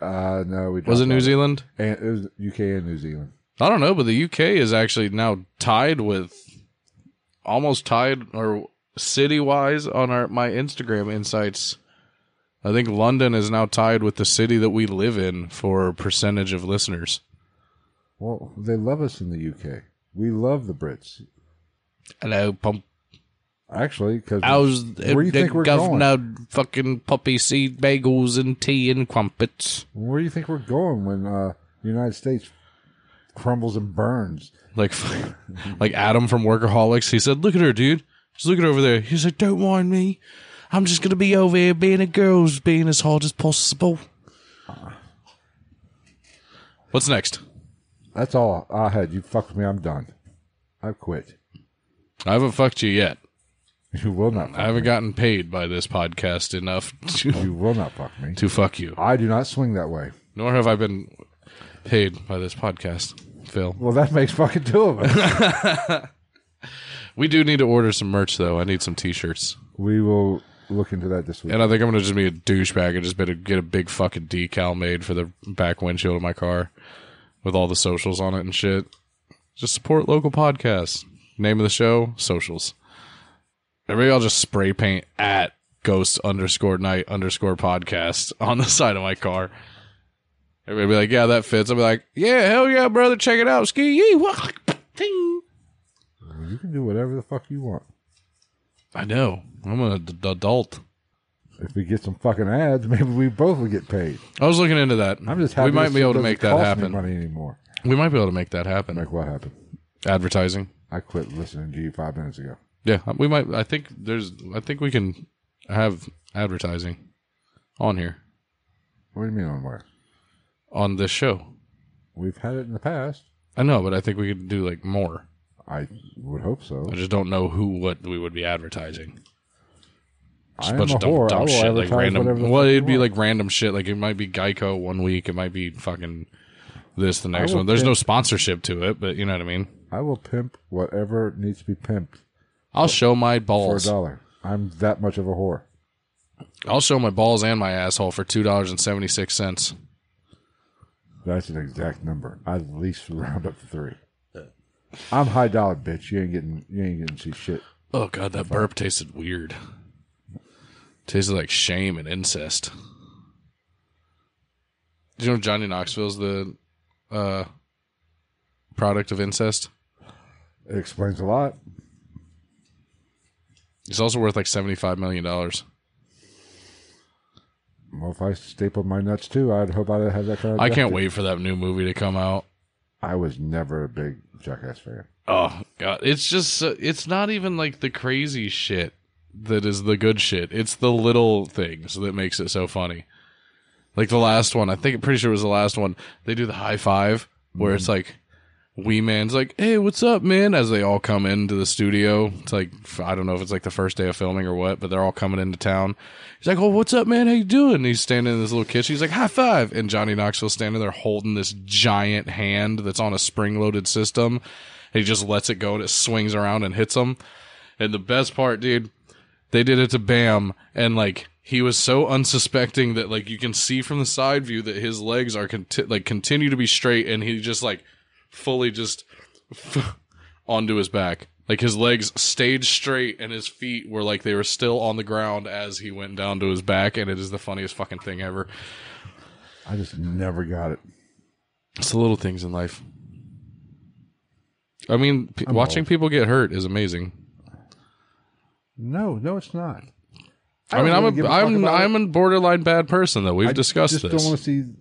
A: Uh, no, we dropped
B: Was it New
A: out.
B: Zealand?
A: And it was UK and New Zealand.
B: I don't know, but the UK is actually now tied with almost tied or city wise on our my Instagram insights. I think London is now tied with the city that we live in for percentage of listeners.
A: Well, they love us in the UK. We love the Brits.
B: Hello, pump.
A: Actually, because
B: How's
A: where do you think we're going?
B: fucking poppy seed bagels and tea and crumpets?
A: Where do you think we're going when uh, the United States crumbles and burns?
B: Like, like Adam from Workaholics. He said, "Look at her, dude. Just look at her over there." He's like, "Don't mind me. I'm just gonna be over here being a girl's, being as hard as possible." What's next?
A: That's all I had. You fucked me. I'm done. I've quit.
B: I haven't fucked you yet.
A: You will not.
B: I
A: Fuck
B: haven't gotten paid by this podcast enough to
A: you will not fuck me.
B: to fuck you.
A: I do not swing that way.
B: Nor have I been paid by this podcast, Phil.
A: Well, that makes fucking two of us.
B: We do need to order some merch, though. I need some T-shirts,
A: we will look into that this week.
B: and I think I'm gonna just be a douchebag and just be get a big fucking decal made for the back windshield of my car with all the socials on it and shit. Just support local podcasts. Name of the show: Socials. Or maybe I'll just spray paint at Ghost underscore Night underscore Podcast on the side of my car. Everybody be like, "Yeah, that fits." I'll be like, "Yeah, hell yeah, brother! Check it out, ski yee!" wah, ting."
A: You can do whatever the fuck you want.
B: I know. I'm an ad- adult.
A: If we get some fucking ads, maybe we both will get paid.
B: I was looking into that.
A: I'm just happy
B: we might
A: this
B: be able to
A: doesn't
B: make that
A: cost me
B: happen.
A: Money anymore?
B: We might be able to make that happen.
A: Like what happened?
B: Advertising.
A: I quit listening to you five minutes ago.
B: Yeah, we might. I think there's. I think we can have advertising on here
A: What do you mean on where?
B: on this show.
A: We've had it in the past.
B: I know, but I think we could do like more.
A: I would hope so.
B: I just don't know who what we would be advertising.
A: I
B: A
A: am
B: bunch
A: a
B: of dumb,
A: whore. I
B: dumb
A: will
B: shit, like
A: advertise whatever the
B: random. Well,
A: fuck
B: it'd
A: I
B: be
A: want.
B: like random shit. Like it might be Geico one week. It might be fucking this the next
A: will
B: one. There's no
A: pimp-
B: sponsorship to it, but you know what I mean.
A: I will pimp whatever needs to be pimped
B: I'll show my
A: for a
B: balls.
A: dollar. I'm that much of a whore.
B: I'll show my balls and my asshole for two dollars and seventy six cents.
A: That's an exact number. I at least round up to three. I'm high dollar, bitch. You ain't getting. You ain't getting see shit.
B: Oh god, that burp tasted weird. Tasted like shame and incest. Do you know Johnny Knoxville's the uh, product of incest?
A: It explains a lot.
B: He's also worth like seventy five million dollars.
A: Well, if I stapled my nuts too, I'd hope I'd have that kind of.
B: I can't
A: justice.
B: wait for that new movie to come out.
A: I was never a big Jackass fan.
B: Oh god, it's just so- it's not even like the crazy shit that is the good shit. It's the little things that makes it so funny. Like the last one, I think I'm pretty sure it was the last one. They do the high five where it's like Wee Man's like, "Hey, what's up, man?" as they all come into the studio. It's like I don't know if it's like the first day of filming or what, but they're all coming into town. He's like, "Oh, what's up, man? How you doing?" And he's standing in this little kitchen. He's like, "High five!" And Johnny Knoxville's standing there holding this giant hand that's on a spring-loaded system. And he just lets it go and it swings around and hits him. And the best part, dude, they did it to Bam, and like he was so unsuspecting that like you can see from the side view that his legs are conti- like continue to be straight, and he just like fully just onto his back. Like his legs stayed straight, and his feet were like they were still on the ground as he went down to his back, and it is the funniest fucking thing ever.
A: I just never got it.
B: It's the little things in life. I mean, p- watching people get hurt is amazing.
A: No, no, it's not.
B: I, mean,
A: don't
B: I'm
A: really give
B: a,
A: fuck
B: I'm
A: about it.
B: I'm a borderline bad person though. We've
A: I
B: discussed
A: just
B: this.
A: don't want to see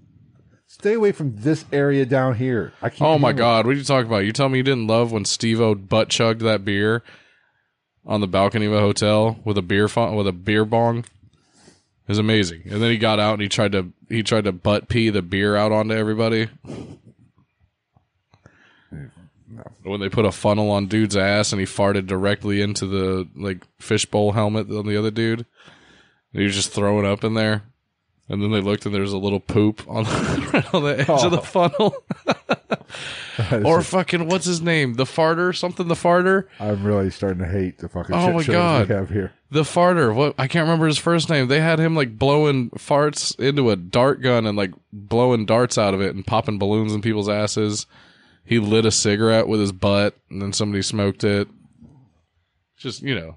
A: Stay away from this area down here. I can't.
B: Oh
A: handle
B: my
A: it."
B: God, what are you talking about? You tell me you didn't love when Steve O butt chugged that beer on the balcony of a hotel with a beer fo- with a beer bong. It was amazing. And then he got out and he tried to he tried to butt pee the beer out onto everybody. When they put a funnel on dude's ass and he farted directly into the like fishbowl helmet on the other dude. And he was just throwing up in there. And then they looked and there was a little poop on, on the edge
A: Oh.
B: of the funnel. or fucking what's his name? The farter, something the farter.
A: I'm really starting to hate the fucking
B: Oh
A: shit
B: my
A: shows
B: God.
A: we have here.
B: The farter, what I can't remember his first name. They had him like blowing farts into a dart gun and like blowing darts out of it and popping balloons in people's asses. He lit a cigarette with his butt and then somebody smoked it. Just, you know,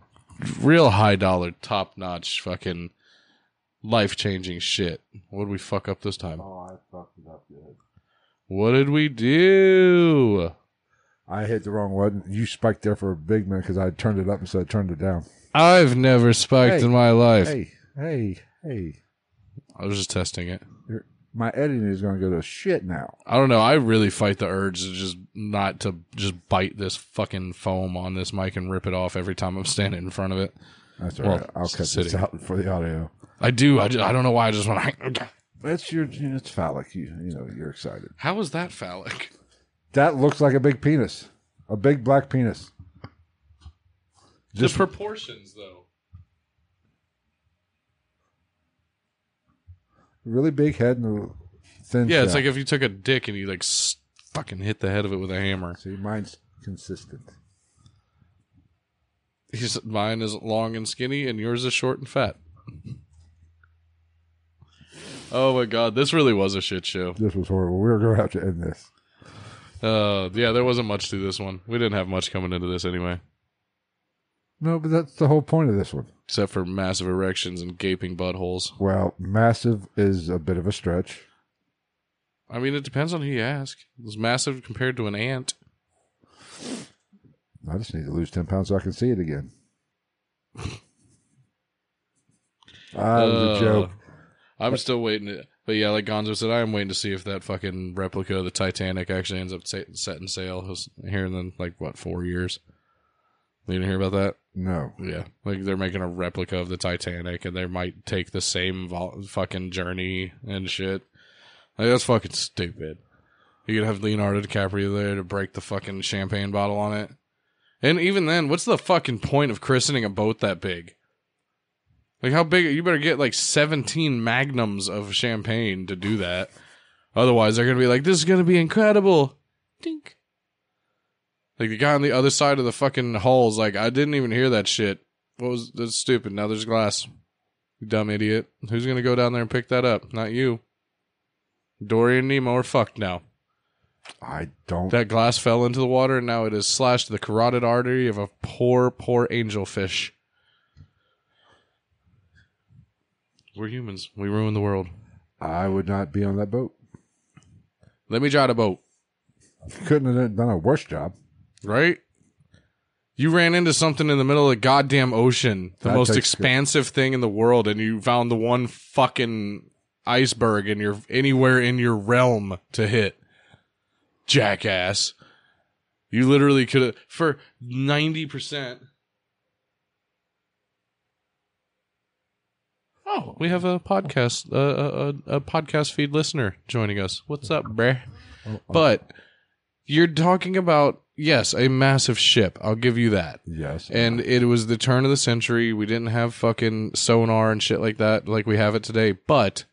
B: real high dollar, top notch fucking life changing shit. What did we fuck up this time?
A: Oh, I fucked it up, dude.
B: What did we do?
A: I hit the wrong one. You spiked there for a big minute because I turned it up instead of turned it down.
B: I've never spiked
A: Hey,
B: in my life.
A: Hey, hey, hey.
B: I was just testing it.
A: You're, my editing is going to go to shit now.
B: I don't know. I really fight the urge to just not to just bite this fucking foam on this mic and rip it off every time I'm standing in front of it.
A: That's all
B: Well,
A: right. I'll cut this
B: sitting.
A: out for the audio.
B: I do. I, just, I don't know why. I just want to.
A: That's your. It's phallic. You, you know. You're excited.
B: How is that phallic?
A: That looks like a big penis, a big black penis. Just
B: the proportions, though.
A: really big head and a thin.
B: Yeah, it's
A: shaft.
B: like if you took a dick and you like s- fucking hit the head of it with a hammer.
A: See, mine's consistent.
B: He's, mine is long and skinny, and yours is short and fat. Oh my god, this really was a shit show.
A: This was horrible. We're going to have to end this.
B: Uh, yeah, there wasn't much to this one. We didn't have much coming into this anyway.
A: No, but that's the whole point of this one.
B: except for massive erections and gaping buttholes.
A: Well, massive is a bit of a stretch.
B: I mean, it depends on who you ask. It's massive compared to an ant.
A: I just need to lose ten pounds so I can see it again. ah, it was
B: Uh,
A: a joke.
B: I'm still waiting. To, but yeah, like Gonzo said, I am waiting to see if that fucking replica of the Titanic actually ends up sa- setting sail Who's here in the, like what four years. You didn't hear about that?
A: No,
B: Yeah, like they're making a replica of the Titanic, and they might take the same vol- fucking journey and shit. Like that's fucking stupid. You could have Leonardo DiCaprio there to break the fucking champagne bottle on it, and even then, what's the fucking point of christening a boat that big? Like how big? You better get like seventeen magnums of champagne to do that. Otherwise, they're gonna be like, "This is gonna be incredible." Dink. Like the guy on the other side of the fucking hall's like, I didn't even hear that shit. What was that's stupid? Now there's glass. You dumb idiot. Who's gonna go down there and pick that up? Not you. Dory and Nemo are fucked now.
A: I don't.
B: That glass fell into the water and now it has slashed the carotid artery of a poor, poor angelfish. We're humans. We ruin the world.
A: I would not be on that boat.
B: Let me drive the boat.
A: Couldn't have done a worse job.
B: right? You ran into something in the middle of the goddamn ocean, the
A: That
B: most
A: takes-
B: expansive thing in the world, and you found the one fucking iceberg in your anywhere in your realm to hit. Jackass. You literally could have for ninety percent. Oh, we have a podcast, uh, a, a, a podcast feed listener joining us. What's up, bruh? But you're talking about yes, a massive ship. I'll give you that.
A: Yes,
B: And it was the turn of the century. We didn't have fucking sonar and shit like that, like we have it today. But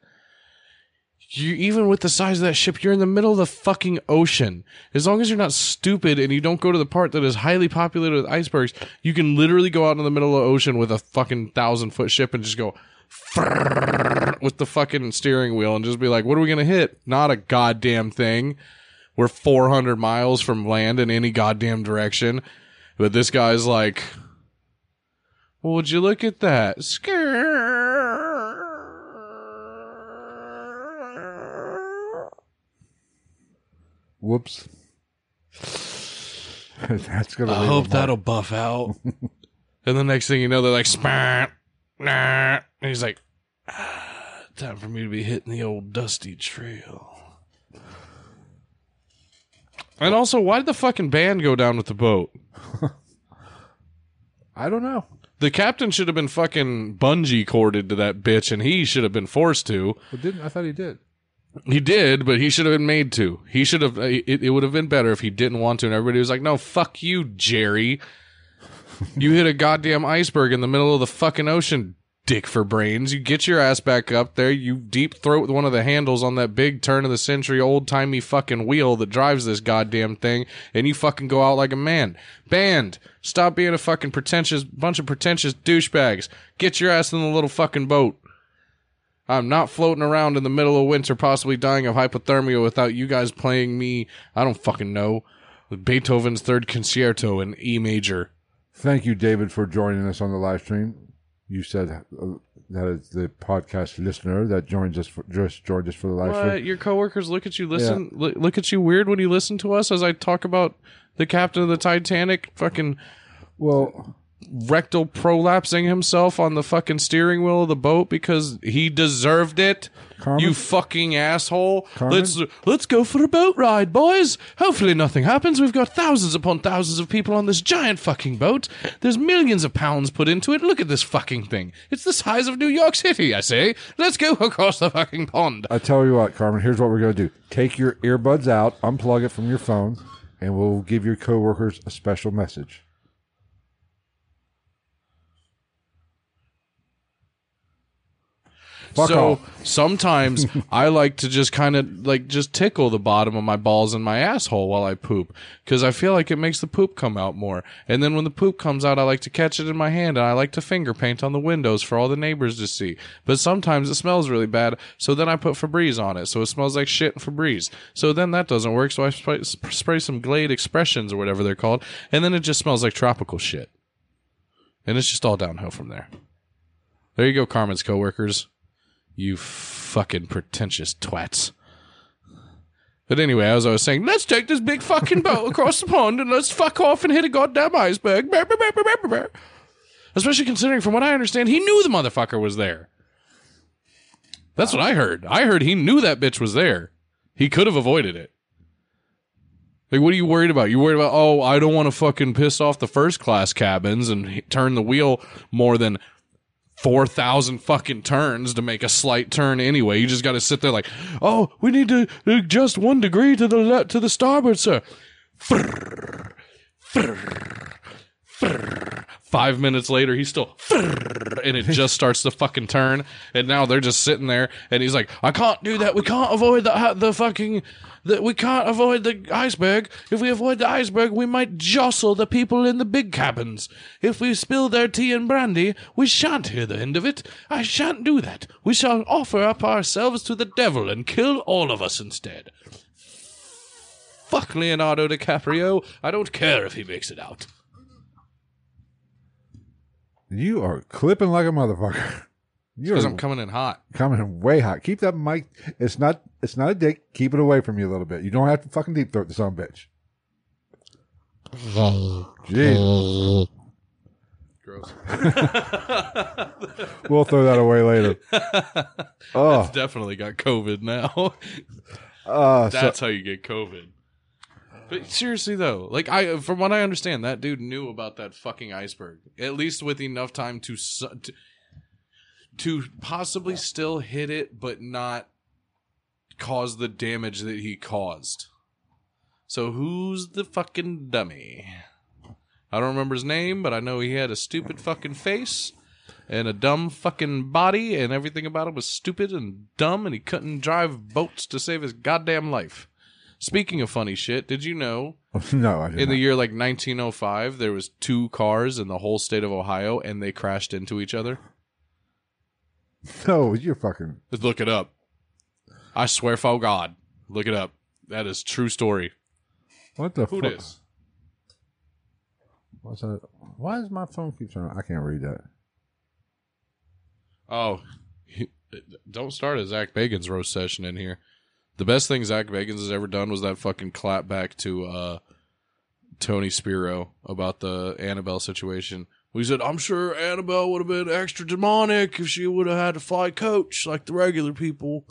B: you, even with the size of that ship, you're in the middle of the fucking ocean. As long as you're not stupid and you don't go to the part that is highly populated with icebergs, you can literally go out into the middle of the ocean with a fucking thousand foot ship and just go with the fucking steering wheel and just be like, what are we gonna hit? Not a goddamn thing. We're 400 miles from land in any goddamn direction. But this guy's like, well, would you look at that? Skrrr.
A: Whoops. That's gonna.
B: I
A: leave
B: hope
A: a mark.
B: that'll buff out. and the next thing you know, they're like, "Spat, nah." And he's like, ah, "Time for me to be hitting the old dusty trail." And also, why did the fucking band go down with the boat?
A: I don't know.
B: The captain should have been fucking bungee corded to that bitch, and he should have been forced to.
A: But didn't I thought he did?
B: He did, but he should have been made to. He should have. uh, It, it would have been better if he didn't want to, and everybody was like, "No, fuck you, Jerry. You hit a goddamn iceberg in the middle of the fucking ocean, dick for brains. You get your ass back up there. You deep throat one of the handles on that big turn of the century old timey fucking wheel that drives this goddamn thing, and you fucking go out like a man. Band, stop being a fucking pretentious bunch of pretentious douchebags. Get your ass in the little fucking boat. I'm not floating around in the middle of winter, possibly dying of hypothermia without you guys playing me. I don't fucking know. Beethoven's Third Concerto in E major.
A: Thank you, David, for joining us on the live stream. You said uh, that is the podcast listener that joins us for, just joined us for the live
B: What?
A: stream.
B: Your coworkers look at you listen li- look at you weird when you listen to us as I talk about the captain of the Titanic fucking
A: Well,
B: rectal prolapsing himself on the fucking steering wheel of the boat because he deserved it.
A: Carmen?
B: You fucking asshole.
A: Carmen?
B: Let's let's go for a boat ride, boys. Hopefully nothing happens. We've got thousands upon thousands of people on this giant fucking boat. There's millions of pounds put into it. Look at this fucking thing. It's the size of New York City, I say. Let's go across the fucking pond.
A: I tell you what, Carmen. Here's what we're gonna do: take your earbuds out, unplug it from your phone, and we'll give your coworkers a special message. Fuck
B: so
A: off.
B: sometimes I like to just kind of like just tickle the bottom of my balls and my asshole while I poop because I feel like it makes the poop come out more. And then when the poop comes out, I like to catch it in my hand and I like to finger paint on the windows for all the neighbors to see. But sometimes it smells really bad, so then I put Febreze on it, so it smells like shit and Febreze. So then that doesn't work, so I spray, sp- spray some Glade Expressions or whatever they're called, and then it just smells like tropical shit. And it's just all downhill from there. There you go, Carmen's coworkers. You fucking pretentious twats. But anyway, as I was saying, let's take this big fucking boat across the pond and let's fuck off and hit a goddamn iceberg. Brr, brr, brr, brr, brr, brr. Especially considering, from what I understand, he knew the motherfucker was there. That's what I heard. I heard he knew that bitch was there. He could have avoided it. Like, what are you worried about? You worried about, oh, I don't want to fucking piss off the first class cabins and h- turn the wheel more than 4,000 fucking turns to make a slight turn anyway. You just got to sit there like, oh, we need to adjust one degree to the left, to the starboard, sir. Frrrr. Frrrr. Frrrr. Five minutes later, he's still, frrrr, and it just starts to fucking turn. And now they're just sitting there, and he's like, "I can't do that. We can't avoid the the fucking, the, we can't avoid the iceberg. If we avoid the iceberg, we might jostle the people in the big cabins. If we spill their tea and brandy, we shan't hear the end of it. I shan't do that. We shall offer up ourselves to the devil and kill all of us instead." Fuck Leonardo DiCaprio. I don't care if he makes it out.
A: You are clipping like a motherfucker. You're
B: Because I'm coming in hot.
A: coming way hot. Keep that mic. It's not. It's not a dick. Keep it away from you a little bit. You don't have to fucking deep throat this on bitch. Jeez.
B: Gross.
A: We'll throw that away later. Oh,
B: Definitely got COVID now.
A: uh, so-
B: That's how you get COVID. But seriously though, like I, from what I understand, that dude knew about that fucking iceberg at least with enough time to su- to, to possibly still hit it, but not cause the damage that he caused. So who's the fucking dummy? I don't remember his name, but I know he had a stupid fucking face and a dumb fucking body, and everything about him was stupid and dumb, and he couldn't drive boats to save his goddamn life. Speaking of funny shit, did you know
A: no, I didn't.
B: in the year like 1905 there was two cars in the whole state of Ohio and they crashed into each other?
A: no, you're fucking.
B: Just Look it up. I swear for God, look it up. That is true story.
A: What the
B: Who
A: fuck?
B: dis?
A: What's that? Why does my phone keep turning? I can't read that.
B: Oh, he- don't start a Zach Bagans roast session in here. The best thing Zach Bagans has ever done was that fucking clap back to uh, Tony Spiro about the Annabelle situation. We said, I'm sure Annabelle would have been extra demonic if she would have had to fly coach like the regular people.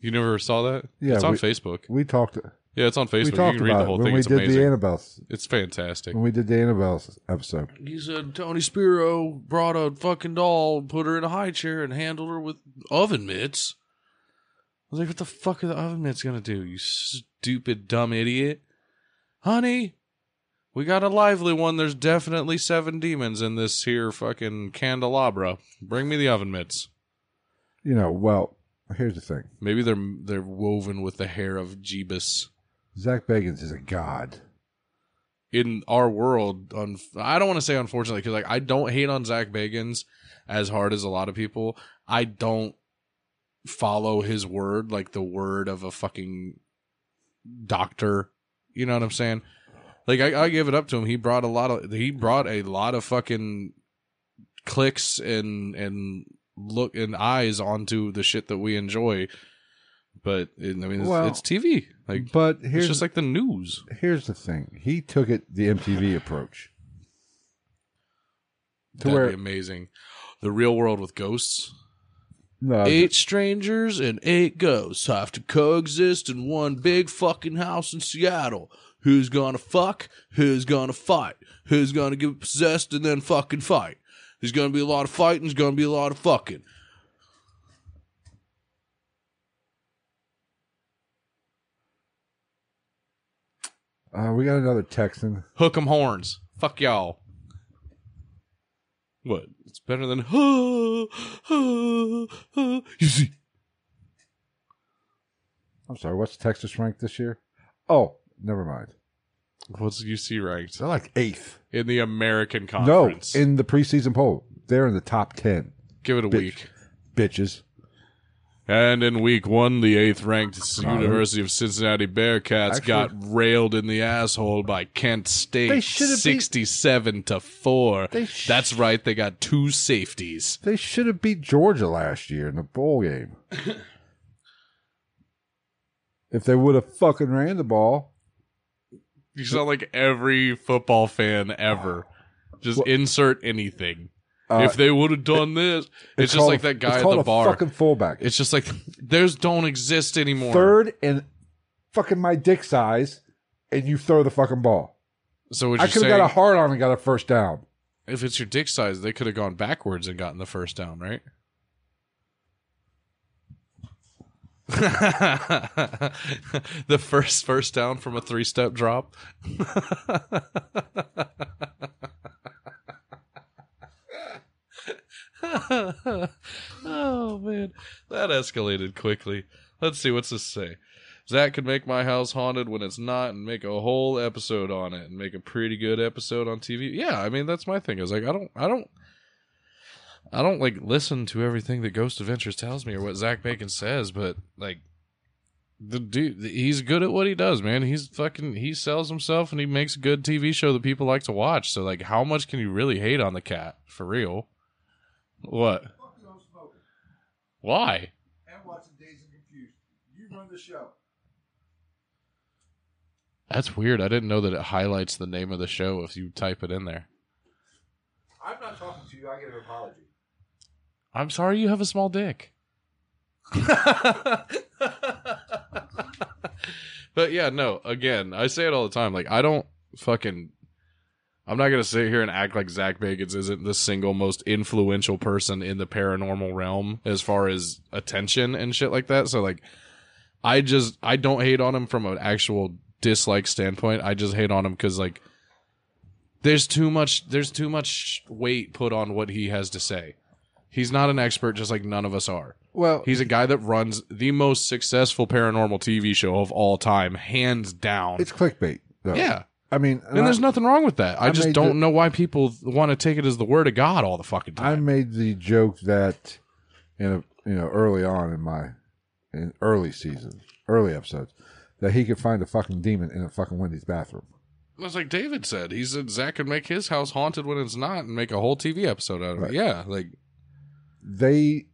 B: You never saw that?
A: Yeah,
B: it's on
A: we-
B: Facebook.
A: we talked.
B: Yeah, it's on Facebook.
A: We
B: You
A: talked
B: can read
A: about
B: the
A: it
B: whole
A: when
B: thing.
A: we
B: It's
A: did the
B: amazing.
A: Annabelle
B: It's fantastic.
A: when we did the Annabelle episode.
I: He said Tony Spiro brought a fucking doll, put her in a high chair, and handled her with oven mitts. I was like, what the fuck are the oven mitts going to do, you stupid, dumb idiot? Honey, we got a lively one. There's definitely seven demons in this here fucking candelabra. Bring me the oven mitts.
A: You know, well, here's the thing:
I: Maybe they're they're woven with the hair of Jeebus.
A: Zach Bagans is a god.
I: in our world un- i don't want to say unfortunately because like i don't hate on zach bagans as hard as a lot of people i don't follow his word like the word of a fucking doctor you know what i'm saying like i, I give it up to him he brought a lot of he brought a lot of fucking clicks and and look and eyes onto the shit that we enjoy but it, i mean it's,
A: Well,
I: it's tv like
A: But
I: it's
A: here's
I: just like the news
A: here's the thing: he took it the MTV approach. To
I: That'd
A: where
I: be amazing. The real world with ghosts.
A: no,
I: Eight strangers and eight ghosts have to coexist in one big fucking house in Seattle. Who's gonna fuck? Who's gonna fight? Who's gonna get possessed and then fucking fight? There's gonna be a lot of fighting, there's gonna be a lot of fucking.
A: uh, we got another Texan.
I: Hook 'em horns. Fuck y'all. What? It's better than huh, huh, huh. you see.
A: I'm sorry, what's Texas ranked this year? Oh, never mind.
B: What's UC ranked
A: They're like eighth.
B: in the American
A: No,
B: conference?
A: in the preseason poll, they're in the top ten.
B: give it a
A: Bitch.
B: week.
A: Bitches.
B: And in week one, the eighth ranked
A: No.
B: University of Cincinnati Bearcats
A: Actually-
B: got railed in the asshole by Kent
A: They
B: State
A: should have beat-
B: 67 to 4.
A: They sh-
B: That's right, they got two safeties.
A: They should have beat Georgia last year in the bowl game. if they would have fucking ran the ball,
B: You sound like every football fan ever. Just insert anything.
A: Uh,
B: if they would have done this, it's, just
A: called
B: like
A: a-
B: that
A: it's
B: guy at
A: called
B: the
A: a
B: bar.
A: Fucking fullback.
B: It's just like theirs don't exist anymore.
A: third and fucking my dick size, and you throw the fucking ball.
B: so would
A: I
B: you
A: could
B: say
A: have got a hard on and got a first down.
B: if it's your dick size, they could have gone backwards and gotten the first down, right? the first first down from a three step drop. oh man, that escalated quickly. Let's see what's this say. Zach could make my house haunted when it's not, and make a whole episode on it, and make a pretty good episode on TV. Yeah, I mean that's my thing. Is like I don't, I don't, I don't like listen to everything that Ghost Adventures tells me or what Zach Bacon says, but like the dude, he's good at what he does, man. He's fucking, he sells himself and he makes a good TV show that people like to watch. So like, how much can you really hate on the cat for real? What? Why?
A: And watching Days and Confused. You run the show.
B: That's weird. I didn't know that it highlights the name of the show if you type it in there.
A: I'm not talking to you. I get an apology.
B: I'm sorry you have a small dick. but yeah, no, again, I say it all the time. Like, I don't fucking. I'm not going to sit here and act like Zach Bagans isn't the single most influential person in the paranormal realm as far as attention and shit like that. So, like, I just. I don't hate on him from an actual dislike standpoint. I just hate on him because, like, there's too much there's too much weight put on what he has to say. He's not an expert, just like none of us are.
A: Well,
B: He's a guy that runs the most successful paranormal TV show of all time, hands down.
A: it's clickbait. Though.
B: yeah.
A: I mean,
B: And there's nothing wrong with that. I,
A: I
B: just
A: made
B: don't
A: the-
B: know why people want to take it as the word of God all the fucking
A: I
B: time.
A: made the joke that in a, you know early on in my in early season, early episodes, that he could find a fucking demon in a fucking Wendy's bathroom.
B: It's like David said. He said Zach could make his house haunted when it's not and make a whole TV episode out of it. Yeah. Like,
A: They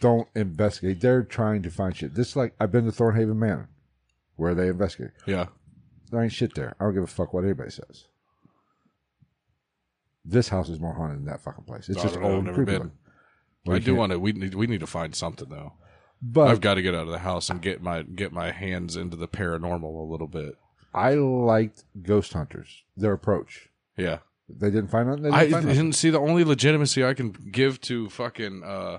A: don't investigate. They're trying to find shit. This is like I've been to Thornhaven Manor, where they investigate.
B: yeah.
A: There ain't shit there. I don't give a fuck what anybody says. This house is more haunted than that fucking place. It's
B: I
A: just
B: don't know. I've
A: old and
B: never
A: creepy.
B: been.
A: Well,
B: I
A: you
B: do
A: can't- Uh,
B: want to. We need, we need to find something, though.
A: But
B: I've got to get out of the house and get my get my hands into the paranormal a little bit.
A: I liked Ghost Hunters, their approach.
B: Yeah.
A: They didn't find nothing. They didn't
B: I
A: find nothing.
B: didn't see the only legitimacy I can give to fucking uh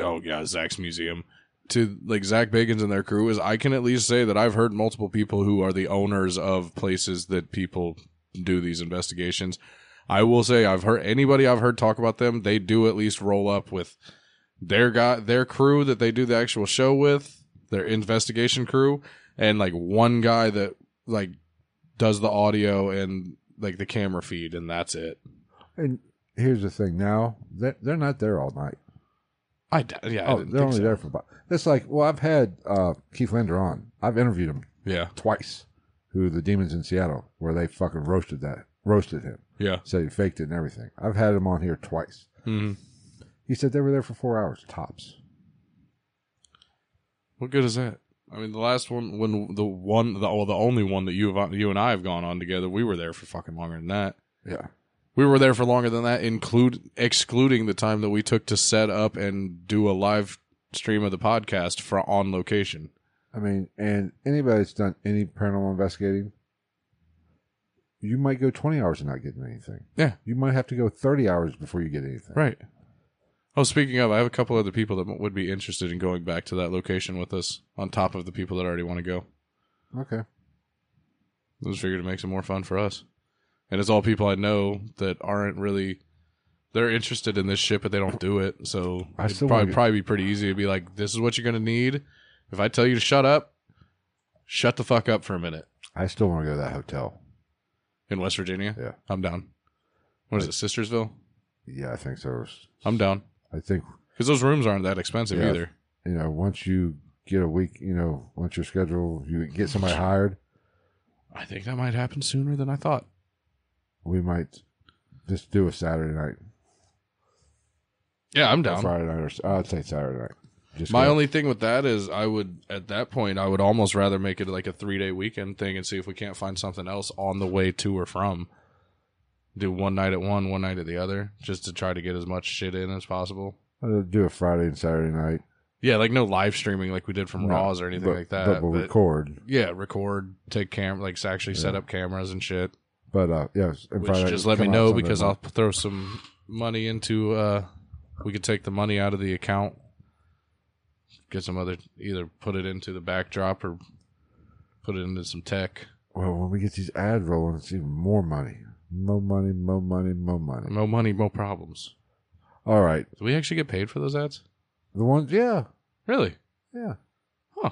B: oh yeah, Zach's museum to like Zach Bagans and their crew is I can at least say that I've heard multiple people who are the owners of places that people do these investigations. I will say I've heard anybody I've heard talk about them, they do at least roll up with their guy their crew that they do the actual show with, their investigation crew, and like one guy that like does the audio and like the camera feed and that's it.
A: And here's the thing: now they're, they're not there all night.
B: I d- yeah, I
A: Oh,
B: didn't
A: they're
B: think
A: only
B: so.
A: there for about. It's like, well, I've had uh, Keith Lander on. I've interviewed him
B: Yeah.
A: twice, who the Demons in Seattle, where they fucking roasted that, roasted him,
B: Yeah.
A: said he faked it and everything. I've had him on here twice.
B: Mhm.
A: He said they were there for four hours tops.
B: What good is that? I mean, the last one, when the one, the well, the only one that you have, you and I have gone on together, we were there for fucking longer than that.
A: Yeah,
B: We were there for longer than that, include excluding the time that we took to set up and do a live stream of the podcast for on location.
A: I mean, and anybody that's done any paranormal investigating, you might go twenty hours and not getting anything.
B: Yeah,
A: You might have to go thirty hours before you get anything.
B: right. Oh, speaking of, I have a couple other people that would be interested in going back to that location with us, on top of the people that already want to go.
A: Okay.
B: I just figured it makes it more fun for us. And it's all people I know that aren't really they're interested in this shit, but they don't do it. So
A: I
B: it'd
A: still
B: probably
A: wanna-
B: probably be pretty easy to be like, This is what you're gonna need. If I tell you to shut up, shut the fuck up for a minute.
A: I still want to go to that hotel.
B: In West Virginia?
A: Yeah.
B: I'm down. What is it, Sistersville?
A: Yeah, I think so.
B: I'm down.
A: I think
B: Because those rooms aren't that expensive
A: Yeah.
B: either.
A: you know, once you get a week, you know, once your schedule, you get somebody hired,
B: I think that might happen sooner than I thought.
A: we might just do a Saturday night,
B: Yeah, I'm
A: or
B: down.
A: Friday night, or s- I'd say Saturday night. Just
B: My
A: go-
B: only thing with that is I would at that point I would almost rather make it like a 3-day weekend thing and see if we can't find something else on the way to or from. Do one night at one, one night at the other just to try to get as much shit in as possible.
A: I'd do a Friday and Saturday night.
B: Yeah, like no live streaming like we did from Raws or anything
A: but-
B: like that.
A: But we'll
B: but-
A: record.
B: yeah, record, take camera, like s- actually set up cameras and shit.
A: But uh, yes, and
B: Which
A: Friday,
B: just let me
A: come out
B: know
A: Sunday
B: because I'll
A: night.
B: throw some money into. uh We could take the money out of the account, get some other, either put it into the backdrop or put it into some tech.
A: Well, when we get these ads rolling, it's even more money, more money, more money, more money.
B: No money, no problems.
A: All right,
B: Do we actually get paid for those ads?
A: the ones, yeah,
B: Really?
A: yeah,
B: Huh.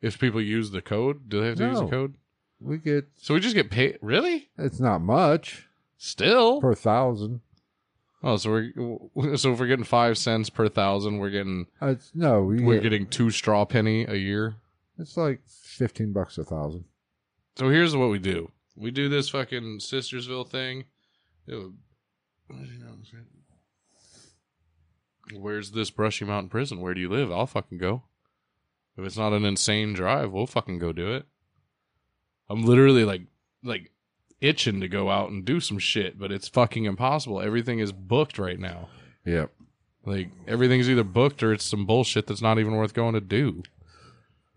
B: If people use the code, do they have to use the
A: No.
B: code?
A: we get.
B: So we just get paid? Really?
A: It's not much
B: Still?
A: per thousand.
B: oh, so we're so if we're getting five cents per thousand, we're getting
A: Uh, It's no, we
B: we're
A: get-
B: getting two straw penny a year.
A: It's like fifteen bucks a thousand.
B: So here's what we do. We do this fucking Sistersville thing. It would- Where's this Brushy Mountain prison? Where do you live? I'll fucking go. If it's not an insane drive, we'll fucking go do it. I'm literally like like itching to go out and do some shit, but it's fucking impossible. Everything is booked right now.
A: Yep.
B: Like everything's either booked or it's some bullshit that's not even worth going to do.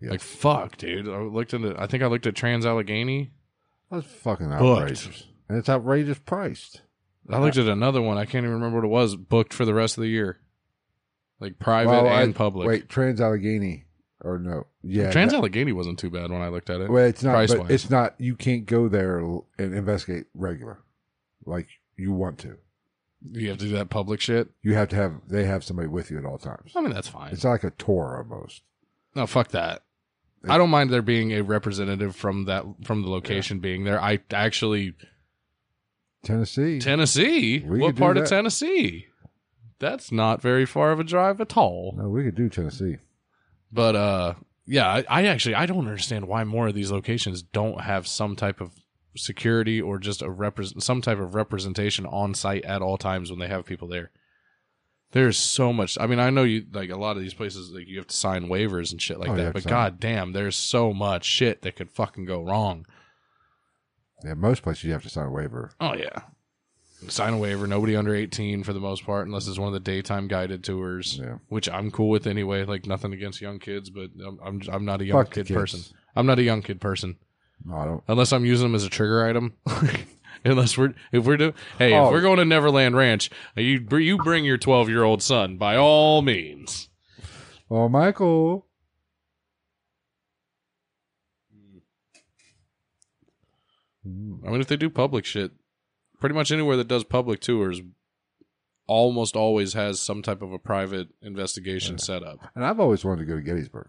A: Yeah.
B: Like fuck, dude. I looked into I think I looked at Trans Allegheny.
A: That's fucking
B: Booked.
A: outrageous. And it's outrageous priced.
B: I looked at another one. I can't even remember what it was. Booked for the rest of the year, like private
A: Well, I-
B: and public.
A: Wait, Trans Allegheny or no? Yeah.
B: Trans
A: that-
B: Allegheny wasn't too bad when I looked at it.
A: Well, it's not.
B: price-wise.
A: But it's not. You can't go there l- and investigate regular, like you want to.
B: you have to do that public shit.
A: You have to have. They have somebody with you at all times.
B: I mean, that's fine.
A: It's like a tour almost.
B: No, fuck that. I don't mind there being a representative from that from the location being there. I actually
A: Tennessee.
B: Tennessee.
A: We
B: what
A: could do
B: part of
A: that.
B: Tennessee? That's not very far of a drive at all.
A: no, we could do Tennessee.
B: But uh, yeah, I, I actually I don't understand why more of these locations don't have some type of security or just a represent some type of representation on site at all times when they have people there. There's so much. I mean, I know you like a lot of these places like you have to sign waivers and shit like
A: Oh, you
B: that.
A: have
B: But
A: to sign.
B: god damn, there's so much shit that could fucking go wrong.
A: Yeah, most places you have to sign a waiver.
B: Oh yeah. sign a waiver. Nobody under 18 for the most part, unless it's one of the daytime guided tours,
A: Yeah.
B: which I'm cool with anyway. Like nothing against young kids, but I'm I'm, I'm not a young
A: Fuck the
B: kid
A: kids.
B: person. I'm not a young kid person
A: No, I don't.
B: unless I'm using them as a trigger item. unless we're if we're doing hey
A: Oh.
B: if we're going to Neverland Ranch, you br- you bring your 12 year old son by all means.
A: Oh, Michael.
B: I mean, if they do public shit, pretty much anywhere that does public tours almost always has some type of a private investigation set up.
A: And I've always wanted to go to Gettysburg.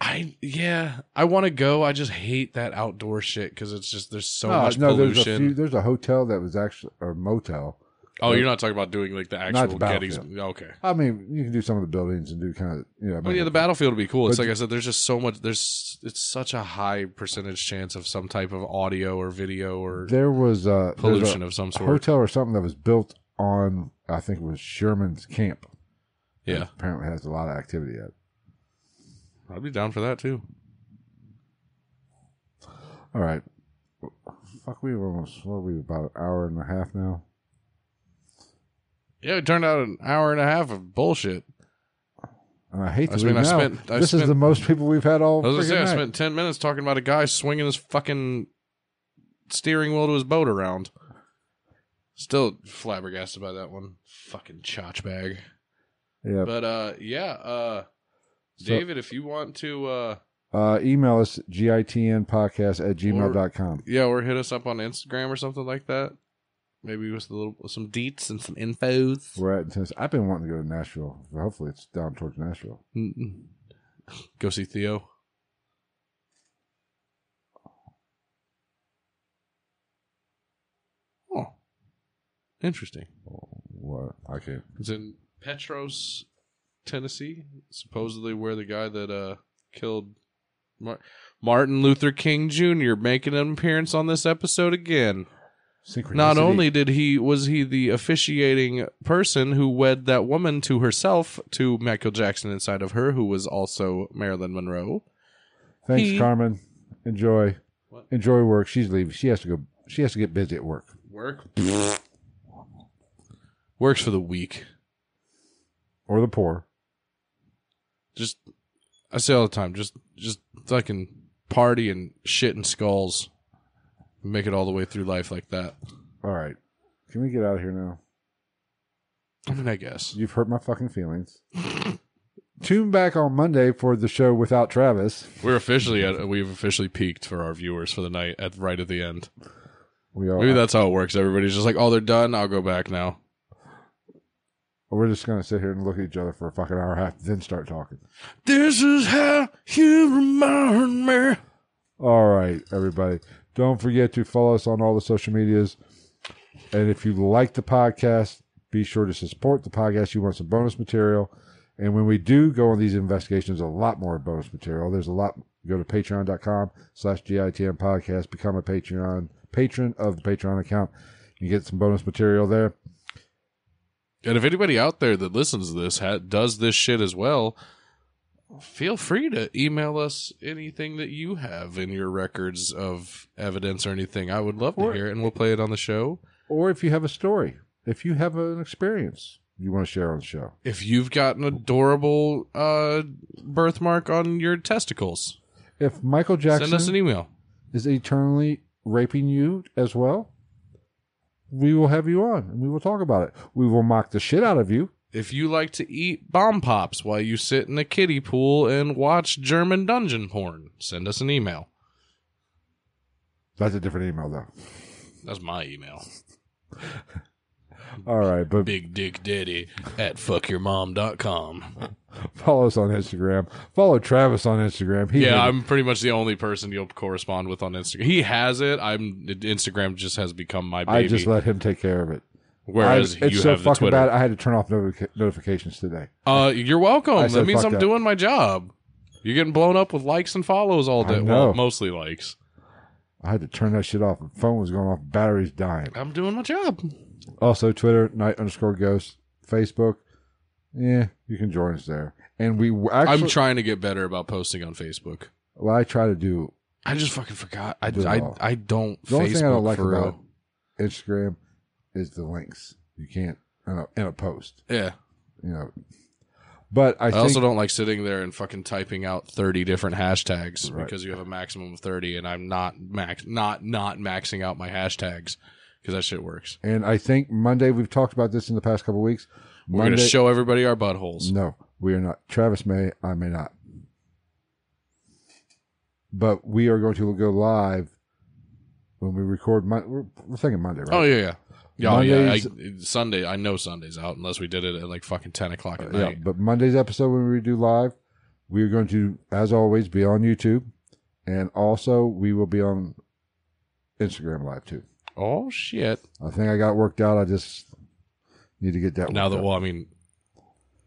B: I yeah, I want to go. I just hate that outdoor shit because it's just there's so
A: No,
B: much
A: no, there's a
B: pollution.
A: few, there's a hotel that was actually or motel.
B: oh, you're not talking about doing like the actual
A: the
B: Gettys.
A: battlefield.
B: Okay.
A: I mean, you can do some of the buildings and do kind of you know.
B: Oh yeah, the battlefield would be cool. It's
A: But-
B: like I said, there's just so much. There's it's such a high percentage chance of some type of audio or video or
A: There was uh, there's a
B: pollution of some sort.
A: hotel or something that was built on. I think it was Sherman's camp.
B: yeah,
A: Apparently has a lot of activity at. it.
B: I'd be down for that too.
A: All right. Fuck, we were almost, what are we, about an hour and a half now?
B: Yeah, it turned out an hour and a half of bullshit.
A: And I hate
B: I
A: to
B: mean,
A: leave
B: I
A: now.
B: spent- I
A: this is
B: spent-
A: the most people we've had all
B: I was gonna say
A: friggin'
B: I
A: night.
B: spent ten minutes talking about a guy swinging his fucking steering wheel to his boat around. Still flabbergasted by that one. Fucking chotch bag.
A: Yeah.
B: But uh, yeah, uh, David, if you want to. uh
A: Uh, email us, gitnpodcast at gmail.com.
B: Yeah, or hit us up on Instagram or something like that. Maybe with a little some deets and some infos.
A: We're at Tennessee. I've been wanting to go to Nashville. Hopefully it's down towards Nashville.
B: Mm-mm. Go see Theo. Oh, interesting.
A: What? I can't.
B: It's in Petros, Tennessee. Supposedly, where the guy that uh killed Mar- Martin Luther King Jr. making an appearance on this episode again.
A: Synchronicity.
B: Not only did he was he the officiating person who wed that woman to herself to Michael Jackson inside of her, who was also Marilyn Monroe.
A: Thanks,
B: he-
A: Carmen. Enjoy. Enjoy work. She's leaving. She has to go. She has to get busy at work.
B: Work works for the weak.
A: Or the poor.
B: Just I say all the time, just just fucking party and shit and skulls. Make it all the way through life like that.
A: All right. Can we get out of here now?
B: I mean, I guess.
A: You've hurt my fucking feelings. Tune back on Monday for the show without Travis.
B: We're officially at we've officially peaked for our viewers for the night at right at the end.
A: We are.
B: Maybe that's how it works. Everybody's just like, oh, they're done. I'll go back now.
A: We're just gonna sit here and look at each other for a fucking hour and a half, then start talking.
B: This is how you remind me.
A: All right, everybody. Don't forget to follow us on all the social medias. And if you like the podcast, be sure to support the podcast. You want some bonus material. And when we do go on these investigations, a lot more bonus material. There's a lot. Go to patreon.com slash GITM podcast. Become a Patreon patron of the Patreon account. You get some bonus material there.
B: And if anybody out there that listens to this ha- does this shit as well, feel free to email us anything that you have in your records of evidence or anything. I would love to hear it, and we'll play it on the show.
A: Or if you have a story, if you have an experience you want to share on the show.
B: If you've got an adorable uh, birthmark on your testicles,
A: If Michael Jackson
B: send us an email.
A: is eternally raping you as well, we will have you on and we will talk about it. We will mock the shit out of you.
B: If you like to eat bomb pops while you sit in a kiddie pool and watch German dungeon porn, send us an email.
A: That's a different email though.
B: That's my email.
A: All right, but
B: Big Dick Daddy at fuckyourmom.com.
A: follow us on Instagram. Follow Travis on Instagram. He
B: Yeah, I'm pretty much the only person you'll correspond with on Instagram. He has it. I'm Instagram just has become my baby.
A: I just let him take care of it.
B: whereas
A: I, it's
B: you
A: so
B: have the
A: fucking
B: Twitter.
A: bad. I had to turn off notifica- notifications today.
B: Uh, you're welcome.
A: I
B: That
A: said
B: means
A: fuck
B: I'm
A: that.
B: doing my job. You're getting blown up with likes and follows all day.
A: know.
B: Well, mostly likes.
A: I had to turn that shit off. The phone was going off. Battery's dying.
B: I'm doing my job.
A: Also, Twitter night underscore ghost. Facebook. Yeah, you can join us there. And we w- actually,
B: I'm trying to get better about posting on Facebook.
A: well, I try to do
B: I just fucking forgot. I
A: Do it
B: I,
A: all.
B: I don't
A: The only
B: Facebook
A: thing I don't like
B: for
A: about
B: real.
A: Instagram is the links. You can't in a, in a post,
B: Yeah.
A: you know. But I,
B: I
A: think,
B: also don't like sitting there and fucking typing out 30 different hashtags because you have a maximum of 30 and I'm not max not not maxing out my hashtags because that shit works.
A: and I think Monday we've talked about this in the past couple weeks.
B: We're going to show everybody our buttholes.
A: No, we are not. Travis may, I may not. But we are going to go live when we record. Mon- we're, we're thinking Monday, right?
B: Oh yeah, yeah. Yeah, oh, yeah. I,
A: Mondays-
B: Sunday, I know Sunday's out unless we did it at like fucking 10 o'clock at
A: Uh, Yeah,
B: night.
A: but Monday's episode when we do live, we are going to, as always, be on YouTube, and also we will be on Instagram live too.
B: Oh shit.
A: I think I got worked out. I just need to get that.
B: Now
A: worked
B: that
A: out.
B: well, I mean,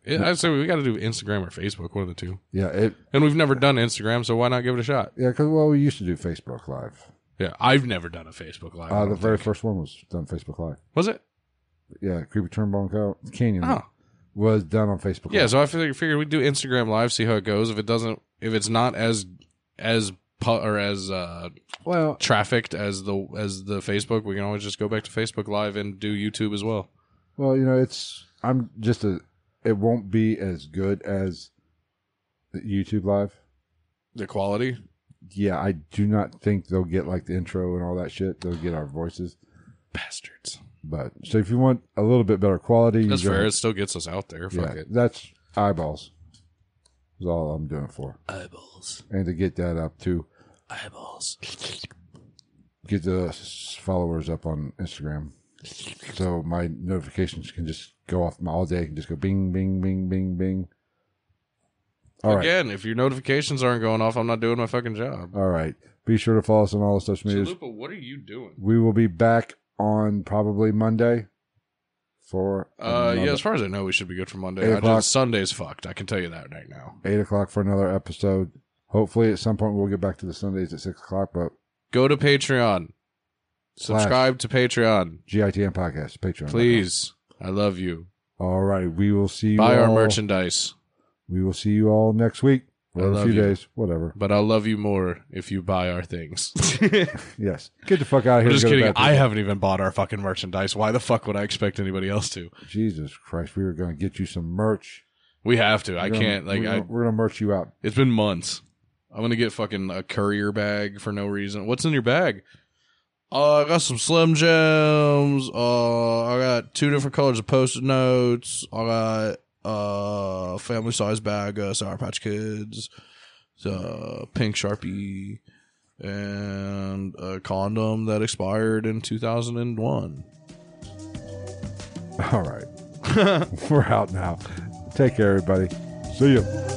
B: it, I'd say we got to do Instagram or Facebook, one of the two.
A: yeah, it
B: And we've never done Instagram, so why not give it a shot?
A: yeah, because well, we used to do Facebook Live.
B: Yeah, I've never done a Facebook live. I
A: Uh, the
B: don't
A: very
B: think.
A: first one was done Facebook Live.
B: was it?
A: Yeah, Creepy Turnbone Co- Canyon
B: Oh.
A: was done on Facebook.
B: Yeah,
A: Live.
B: so I figured, figured we'd do Instagram live, see how it goes. If it doesn't, if it's not as as pu- or as uh
A: well,
B: trafficked as the as the Facebook, we can always just go back to Facebook live and do YouTube as well.
A: Well, you know, it's I'm just a. It won't be as good as YouTube Live.
B: The quality,
A: Yeah, I do not think they'll get like the intro and all that shit. They'll get our voices,
B: bastards.
A: but so if you want a little bit better quality,
B: That's
A: you go-
B: fair. It still gets us out there. Fuck
A: yeah,
B: it.
A: that's eyeballs. Is all I'm doing it for eyeballs, and to get that up to
B: Eyeballs.
A: get the s- followers up on Instagram, so my notifications can just go off my all day. Can just go bing, bing, bing, bing, bing. All right.
B: Again, if your notifications aren't going off, I'm not doing my fucking job.
A: All right. Be sure to follow us on all the social medias.
B: Chalupa, what are you doing?
A: We will be back on probably Monday for
B: Uh, yeah,
A: another-
B: as far as I know, we should be good for
A: Eight
B: Monday. I
A: o'clock.
B: just, Sunday's fucked. I can tell you that right now.
A: eight o'clock for another episode. Hopefully, at some point, we'll get back to the Sundays at six o'clock. But
B: Go to Patreon. Subscribe to Patreon,
A: GITM podcast, Patreon,
B: please. I love you.
A: All right, we will see you.
B: Buy our
A: all-
B: merchandise,
A: We will see you all next week. Or
B: I
A: in a
B: love
A: few
B: you.
A: days, whatever.
B: but I'll love you more if you buy our things.
A: Yes, get the fuck out of here.
B: I'm just
A: Go to bed.
B: kidding. I haven't even bought our fucking merchandise. Why the fuck would I expect anybody else to?
A: Jesus Christ, we were going to get you some merch.
B: We have to. I
A: We're gonna-
B: can't. Like,
A: we're
B: I,
A: gonna, we're gonna merch you out.
B: It's been months. I'm gonna get fucking a courier bag for no reason. What's in your bag? Uh, I got some Slim Jims. Uh, I got two different colors of Post-it notes. I got uh, a family size bag of Sour Patch Kids, uh, pink Sharpie, and a condom that expired in 2001.
A: All right, we're out now. Take care, everybody. See you.